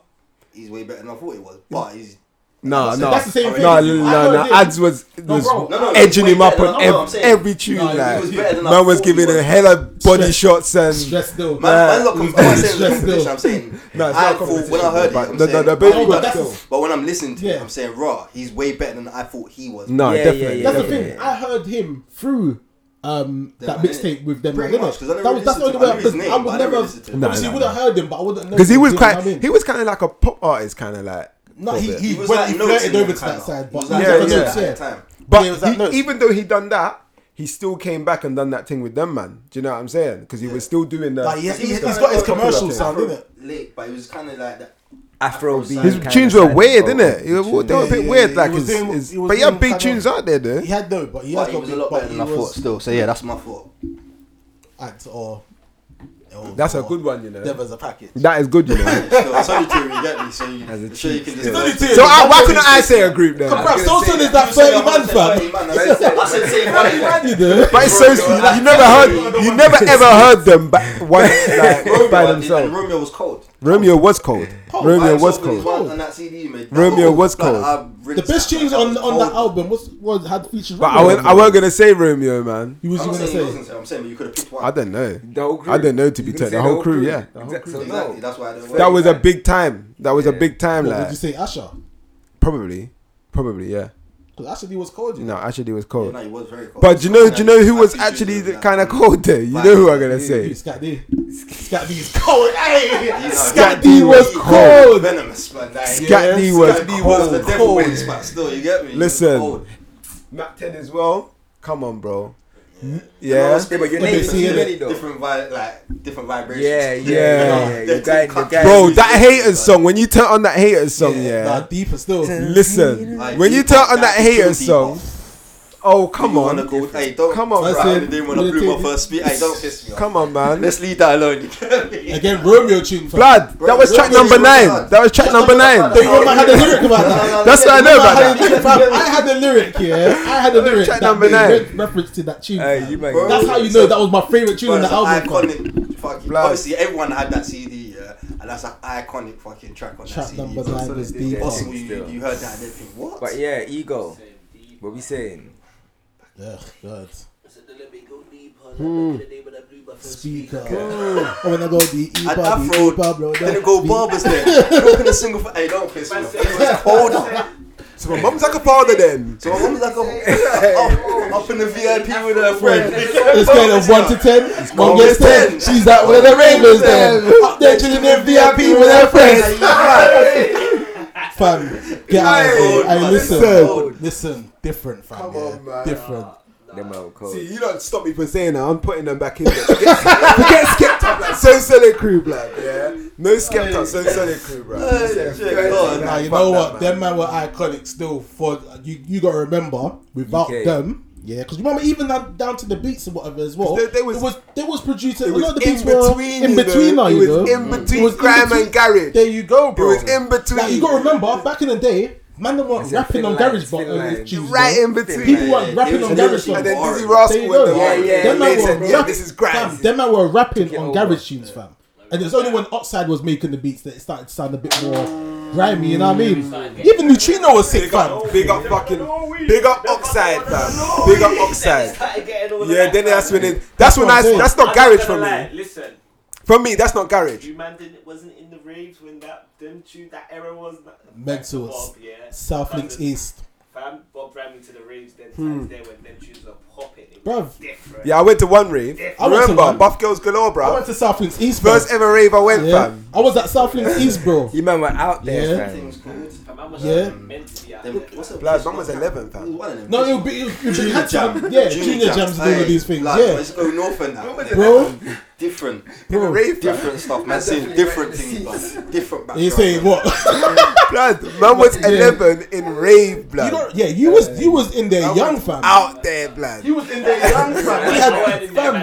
he's way better than I thought he was." But he's
No,
That's
no,
the same thing.
no,
I
no,
heard
no.
it.
Ads was was
bro.
no, no, he's
edging
way
him up
better
on
than- no, no, I'm
ev-
saying
every tune.
No, he
he
Like
was better than I
man was
thought he
giving
was.
him hella body
Stress.
shots and
Stress still.
Man, man's not com- I'm not saying it's a competition. I'm saying
No, it's
I
not a
thought when I heard
competition,
it, I'm
but the-
saying,
the- the baby
oh,
got
but,
still.
but when I'm listening to it,
Yeah.
I'm saying, "Raw, he's way better than I thought he was."
no,
Yeah, yeah,
definitely.
yeah,
That's the
yeah,
definitely.
thing. I heard him through um,
The
that
man,
mixtape with them.
Pretty
Like,
much,
much,
'cause I
that
never
was that's the
listened to-
only way.
I knew his
I,
name,
I
but I
would
never
never.
listened to him.
No,
obviously,
no,
would have
no.
heard him, but I wouldn't know.
Because he
his
was
name, you know
kind,
what I mean?
he was kind of like a pop artist, kind of like.
No,
for a
he,
bit.
he,
He was
when
like
he
notes
flirted
in
over
the
to that
kinda.
side,
He
but
was
he
like
yeah,
was
notes
yeah.
at the
yeah.
time.
But
Yeah, it was like
he-
notes.
even though he done that, he still came back and done that thing with them, man. Do you know what I'm saying? Because he was still doing that.
Like, he,
he
he's
was
got his
kinda
commercial
popular.
sound, isn't it?
Late, but it was kind of like that.
Afrobeat.
his
kinda
tunes were
side
weird,
of
innit?
the
They were
tunes.
they were a
oh, Yeah,
bit
yeah,
weird,
yeah.
like
He was
his,
doing-
his-
he was
But yeah,
doing
big
kind
tunes
of-
out there, though.
He had no, but he
But
has
he
got
was a
big-
lot
but
better than
he
I thought
was
still. So yeah, that's my fault.
act or. or-
That's a
or
good one, you know.
Them as a package.
That is good, you know.
So it's only two, you get me. So you,
As a
so you can
cheat
just.
It's only two.
so I, why couldn't I say a group then?
Come on,
gonna
so
say
soon
that.
is that
You said
30
130
man, fam.
man, I said- I said same man, yeah.
You know?
But it's so like, you never heard, you never ever heard them ba- one, like, by
and-
themselves.
And Romeo was cold. Oh,
Romeo was cold. Romeo
Mine
was
sold me
cold.
one On that CD, mate.
Romeo was
Like,
cold.
I
The
rinsed
best
that,
tunes
like,
on on that
cold.
album was was had features.
But I
Romeo
weren't,
on
I
it.
weren't gonna say Romeo, man.
He was
I'm
going
not
to
saying you
say.
wasn't, I'm saying but you could have picked one.
I don't know.
The whole crew.
I don't know, to
You
be
can
fair.
say
The whole crew, yeah. The
Exactly. So
Exactly,
no.
that's why I don't
That was a big time. That was a
Yeah.
big time,
What would
like
you say, Asha?
probably, probably, yeah.
Because Asha D was cold. You
No,
know.
actually, it was
Yeah,
cold.
no, he was very cold.
But do you know, do you know who
I
was
think he
actually
doing
the
that.
kind of cold there? You
Like,
know who I'm gonna
Hey,
say?
Scat D. Scat D is cold. Hey.
You know,
Scat
he-
D was
he-
cold.
Venomous, man. Like,
Scat D was
Scat D was the devil
cold.
wins, but still, you get me. He was
Listen.
cold.
Matt Ten as well. Come on, bro.
And
Yeah,
obviously, but your
But
name
they
is
see it.
really different, vi- like different vibrations.
Yeah, yeah,
Yeah.
yeah. yeah. Your guy, your guy.
bro. That haters song. When you turn on that haters song,
Nah,
yeah.
deeper still.
Listen,
Like,
when you
deep
turn
up,
on that
deep
haters
deep
song.
up.
Oh come
You wanna
on,
go- Hey, don't
Come on,
bro.
bro.
I didn't want to
Let's
blow
see.
my first beat. Hey, don't piss me off.
come on, man.
Let's leave that alone. you get me?
Again, Romeo tune. fam.
Blood. That was track number nine. That was track number
The
nine.
woman had a lyric about that.
That's what I know about that.
I had the lyric, yeah. I had the lyric.
Track
That
number
number
nine.
Reference to that tune.
Hey,
fam.
you
Bro.
man.
That's how you know that was my favorite tune
Bro,
on the
it's
album. fam.
an iconic fucking.
Blood.
Obviously, everyone had that CD, yeah, and that's an iconic fucking track on that
Track
CD.
number
bro.
nine was deep.
Possible
Yeah,
you,
still.
you heard that and then think, what?
But yeah, ego.
Same deep.
What we saying?
Yeah,
I
God.
said, "Let me go deep, huh? Like
Hmm.
back in the day when I blew my first
Speaker.
speaker.
Oh, when I go the E
And
Pablo,
Afro,
E Pablo,
then
that
it go
beat.
barbers then. Dropping a single for. Hey, don't piss me
Man
off.
said-
It was colder.
So my mum's like a father then.
So my mum's like, oh, up in the VIP with her friend.
It's going of one to ten. One gets
One gets
ten. She's at one of the Ravens then. Up there chilling in VIP with her friends. Fam, get out of here. Hey,
Hey,
listen,
listen.
listen, different fam.
Come on,
yeah.
man.
Different.
Them old codes.
See, you don't stop me from saying that. I'm putting them back in. There. Forget, forget Skepta, blood. So Sonic Crew, blood. Yeah, no Skepta, so Sonic Crew, bro.
Now you
Fuck
know
that,
what?
man.
Them man were iconic still. For you, you gotta remember without
UK.
them. Yeah, because remember even down, down to the beats and whatever as well.
They- they was-
it was they was producing.
It
A
was
lot of the beats
in
were
between,
in
you know.
between. now,
It
you
was
know?
in
It
between
was in
grime
between.
and garage.
There you go,
It
bro.
was in between.
Like, you gotta remember, back in the day, man, them weren't
It's a
rapping
thin
on
line,
garage
thin line.
buttons.
right in between.
People
Yeah,
weren't rapping
was
on
literally
garage
and
songs.
then
Bar.
Dizzy
There
Rascal
you
went
go.
the
Yeah, yeah,
Then
yeah.
they said,
Yeah.
yeah, this is
Fam,
grime.
them man were rapping
Get
on
over.
garage tunes, fam. And it's only when Oxide was making the beats that it started to sound a bit more grimy, you know what I mean? Even Neutrino was sick,
Big
fam.
up, big up, fucking, big up Oxide, fam. Big up Oxide. Yeah, then that's when it. That's when
what
I.
I'm saying.
That's not garage for me.
Listen,
For me, that's not garage.
you man didn't wasn't in the raves when that them two that era was.
Mental.
Yeah.
South Links East.
Fam, Bob dragged me to the raves. Then times there when them tunes were popping. It was
Hmm. Bruv.
different.
Yeah, I went to one rave.
I went to
Remember,
one.
Buff Girls Galore,
I went
bruv.
to South Links East, bro.
First ever rave I went,
yeah.
fam.
I was at South Links East, bro.
You man were out there,
Yeah.
fam.
Things good.
Fam, I was
Yeah.
meant to be out
Them- What's up?
Blood, mama's 11,
It was
fam.
One of them.
No, it would be, it would be it had to
Jam.
have- yeah, junior, jams and all
aye.
of these things.
Blood,
yeah,
Let's go north and that.
bro,
Different.
bro.
Rave, bruv.
Different stuff, man. Seeing different things, blood. Different background.
You saying
blood.
what?
Blood, man was
Yeah.
11 in rave,
you
blood.
don't, yeah, you was you was in there, young fam.
Out there, blood.
was in the young man.
He had,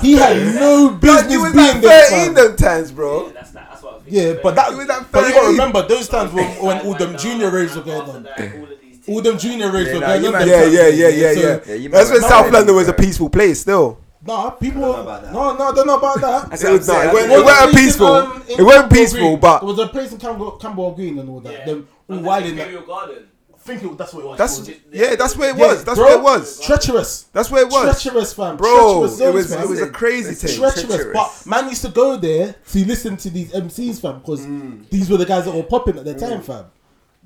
he had no
Blood,
business
you was
being
like
there.
13
fam.
them times, bro.
That's that. That's what I was thinking.
Yeah, but that,
You was like
but you gotta
13.
remember those times when, when all
Right
them
now,
junior raves were
and
going
after
on.
that, all of these
All
teams
them
were-
junior raves
Yeah,
were
nah,
going
you
on.
man-
them
Yeah,
times,
yeah, yeah, yeah,
so-
yeah.
Yeah, you man
That's
were
when
out
South
there,
London was a
bruv.
peaceful place, still.
Nah, people.
don't know about that.
No, no, I don't know about that.
It
That's what I'm
was not.
saying.
It wasn't-
I
it
don't-
wasn't
There was
peaceful.
a place in,
It wasn't
Campbell
peaceful,
Green.
but-
there was a place in Campbell, Campbell Green and all that.
Yeah.
Them all
Under
wild
the
in that.
Imperial Garden.
Thinking that's what it was.
That's
bro.
yeah, that's where it
Yeah,
was. That's
bro.
where it was.
treacherous.
That's where it was.
Treacherous, fam.
Bro,
treacherous
it
zones,
was
man.
it was a crazy
That's it.
thing.
treacherous.
treacherous.
But man used to go there to listen to these MCs, fam, because
Mm.
these were the guys that were popping at the time, fam.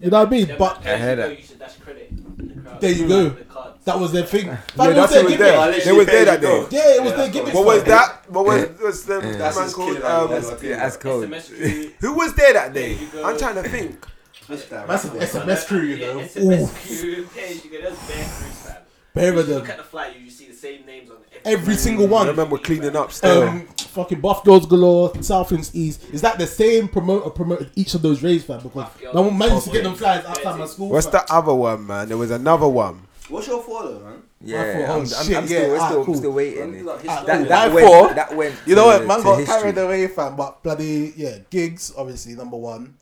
You know what I mean?
Yeah,
But
I hear that.
You should dash credit. in the crowd.
There you go.
The cards.
that was their thing. Fam,
Yeah,
it was
that's
their
what was
gimmick.
there. They were there that day.
Yeah, it was
Yeah,
their
that's
gimmick.
What
what-
fam.
was that? What was what's the
That's
man
his
called?
kid,
um,
man.
Yeah, that's cold.
SMS crew.
Who was there that day?
There you go.
I'm trying to think.
That's an SMS crew, you know.
Yeah, SMS crew. Yeah, you go. That's bare crews, fam.
Bear
You
with
look
them.
at the flyer, you see the same names on every,
Every single
I
one.
remember cleaning up still.
Um, fucking Buff Girls Galore, Southlands East. Is that the same promoter promoted each of those raves, fam? Because
Buff Girls.
no one managed to get them flyers outside my
Where's
school.
What's
fam.
the other one, man? There was another one.
What's your follow, man?
Yeah,
I thought,
I'm,
oh,
I'm,
shit,
I'm still,
yeah,
I'm still,
ah, cool.
I'm still waiting.
Like, his
Ah,
story.
That, that
I
went,
thought-
that went.
You know
to-
what, man
to
got
history.
carried away, fam. But bloody yeah, gigs obviously number one,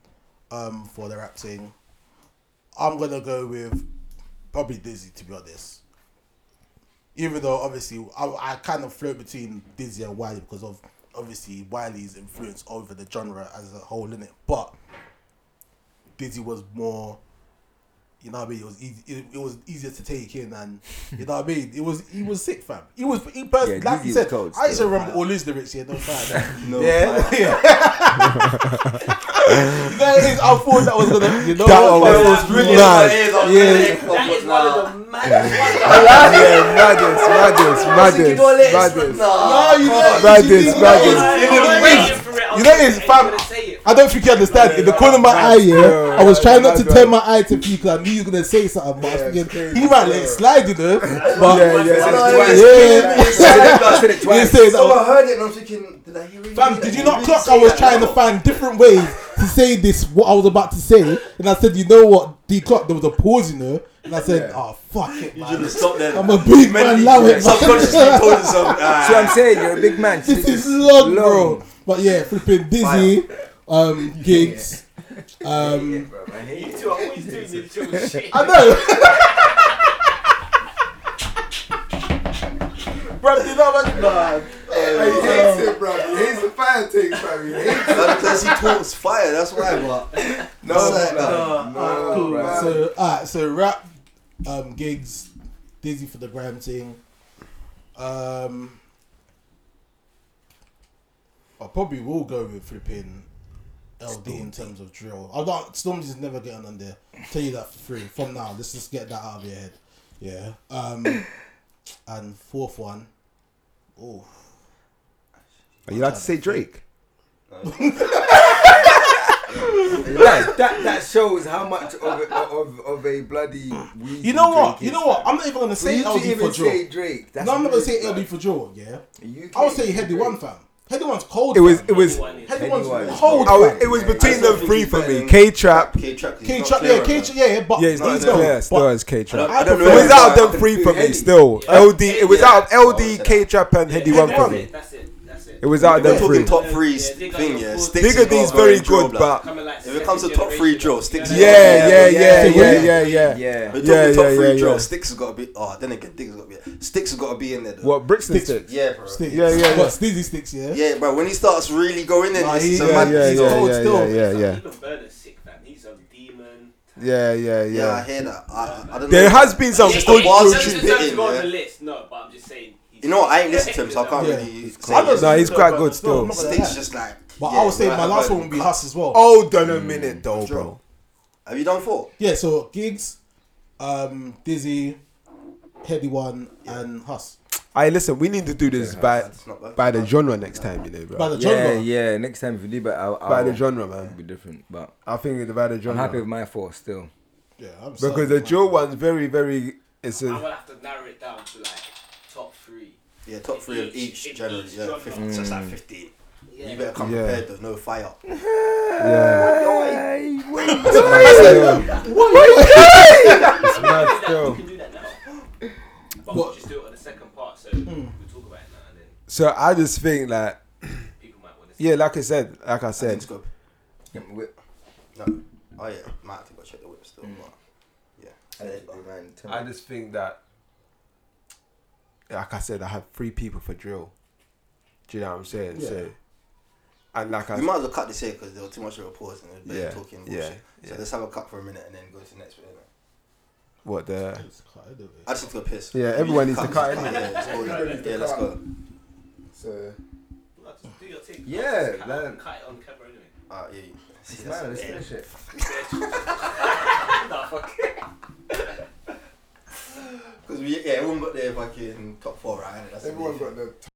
um, for their acting. I'm gonna go with probably Dizzy to be honest. Even though obviously I, I kind of float between Dizzy and Wiley because of obviously Wiley's influence over the genre as a whole in it, but Dizzy was more. You know what I mean? It was easy, it, it was easier to take in, and you know what I mean. It was he was sick, fam. He was he pers-
Yeah,
like
Dizzy
you
was
said.
cold
I used to
still.
remember all his lyrics here. Don't find
No.
yeah, yeah. that is, I thought that was gonna. You know
That
what?
one
That
was
was
really
mad.
It is on
Yeah.
the next
That is one
now.
of the maddest ones.
yeah, madness, madness, madness, madness.
No,
No, you know,
Bad
you
days,
did-
bad
that
days. It
was- that
is
I'm
was-
waiting oh, for it. I
You
was
know
waiting
it's
for
fam-
you to say it.
I don't think you understand. In the corner of my eye, yeah, I was trying not to turn my eye to P because I knew you were gonna say something. But I was thinking, he might let it slide, you know. But
Yeah, yeah,
Said it
No,
twice.
yeah.
Said it
You
twice.
say that.
So I heard it and I'm thinking, did I hear it?
Fam, did you not clock? I was trying to find different ways to say this, what I was about to say, and I said, you know what, D clock, there was a pause, you know, and I said, oh, fuck it,
You
man.
should have stopped there.
I'm a big man, love it,
Subconsciously
man.
told yourself,
So I'm
ah.
saying you're a big man.
This is long, bro. But yeah, flipping dizzy, um, gigs, um,
You two are always doing this little shit.
I know. Bro, you know what? Nah.
He hates it, bro. He hates the fire things, fam. He hates it.
Because he talks fire, that's why, but. No, no, no.
Alright, cool.
man.
So, alright, so rap, um, gigs, Dizzy for the gram thing. Um, I probably will go with flipping LD in terms of drill. I don't. Stormzy's never getting on there. Tell you that for free from now. Let's just get that out of your head. Yeah. Um, and fourth one. Oh,
Are you allowed to say Drake?
Like, that, that shows how much of a, of, of a bloody. weed
you know what?
Drake
You
is.
know what? I'm not even gonna
For
say
you to
LD
even
for drill.
say Drake.
No, I'm not gonna say LD for drill. Yeah. I would say Heady One fam. Heady One's cold.
It was
fam.
it was
One is-
Heady
Heady
One's
One is
cold.
cold.
I was,
Oh, fam.
Oh, it was between
still
them
think
three
he's
for
better
me.
than-
K Trap.
K Trap.
King Trap, yeah, King Trap, yeah, but
Yeah, it's not
he's
as
cold,
clear. Still
but
as K Trap.
I
don't
don't
It
know.
know.
was out of
Yeah.
them three for me
Heady.
still.
Yeah.
LD. It was
Yeah.
out of LD, K Trap, and Heady One for
That's
me.
it, that's it, that's it.
It was out of
We're
them
talking
three.
top three
Yeah, they got
thing,
your
yeah.
balls.
Sticks
Bigger
and
D's
D's
very good, but
Coming like
If it comes to
second
top three
generation,
drill,
you
sticks.
know
is-
yeah, yeah, yeah,
Yeah,
yeah, yeah,
yeah.
yeah.
Yeah.
We're
Yeah,
talking top
yeah, yeah,
three drill.
yeah.
Sticks has got to be. Oh, then again, Sticks has got to be. Sticks has got to be in there. Though.
What bricks and
Sticks.
sticks?
Yeah, bro.
sticks.
Yeah, yeah, yeah.
But Steezy sticks, yeah.
Yeah, bro. When he starts really going in,
Nah,
it's
he-
it's a
yeah,
mad.
yeah,
he's
yeah,
cold.
yeah,
still.
yeah, yeah,
Even Burner's sick, man. He's a demon.
yeah, yeah,
Yeah, I
yeah.
hear that. I, I- I don't
There
know.
has been some
Yeah,
It's
the
good
bars
drill
are
just
just
tunes.
big.
deserves to
hitting,
go on
yeah.
the list. No, but I'm just saying. he's-
You know, what, I ain't listened to him, so I can't
Yeah.
really. Say
I don't
it.
Nah, he's
know,
quite
but
good
it's
still. Oh.
not- not gonna
Sticks
lie.
just like.
But
yeah,
I would say
right,
my
I've
last
heard
one would
him
be
cut.
Huss as well.
Mm.
Hold on a minute though, bro.
Have you done four?
Yeah, so gigs, um, Dizzy, Heavy One, and Huss.
Hey, listen, we need to do this by
It's not bad.
by the genre next time, you know, bro.
By the
Yeah,
genre.
yeah. Next time if we do, but I'll, I'll
By the genre, man.
it'll be different. But
I think it's by the
Oh. I'm
genre.
happy with my four still.
Yeah, I'm
because
sorry,
the
man.
Joe one's very, very. It's
I'm
a.
gonna have to narrow it down to like top three.
Yeah, top three of each,
Each-
generally.
each
yeah,
genre.
15, So it's like 15. You better come
Yeah. Mm.
prepared, there's no fire.
Yeah.
Hey, wait.
It's mad still. It's mad
We
still.
can do that now. But
What?
we'll just do it on the second part, so
Hmm.
we'll talk about it now and then
So I just think like,
people might want to
yeah, like I said, like I
Ten
said,
scope. No. Oh, yeah. Might have to go check the whip still, but. Yeah.
I just think that, like I said, I have three people for drill. Do you know what I'm saying? So, and like I,
We might as well cut this here because there was too much of a pause and we were
Yeah,
talking
yeah,
bullshit. So
yeah.
let's have a cut for a minute and then go to the next bit. innit?
what the?
It's cut, anyway.
I just need to go piss.
Yeah, everyone needs to cut,
just
innit?
Yeah, let's go. Yeah, let's go.
So
No, just do your thing.
Yeah,
Just cut,
then-
it- cut it on camera anyway.
Ah, yeah. you- See, that's-
Man, let's
yeah.
finish it.
nah, fuck.
Because we, yeah, everyone got their fucking top four, right? That's
Everyone got the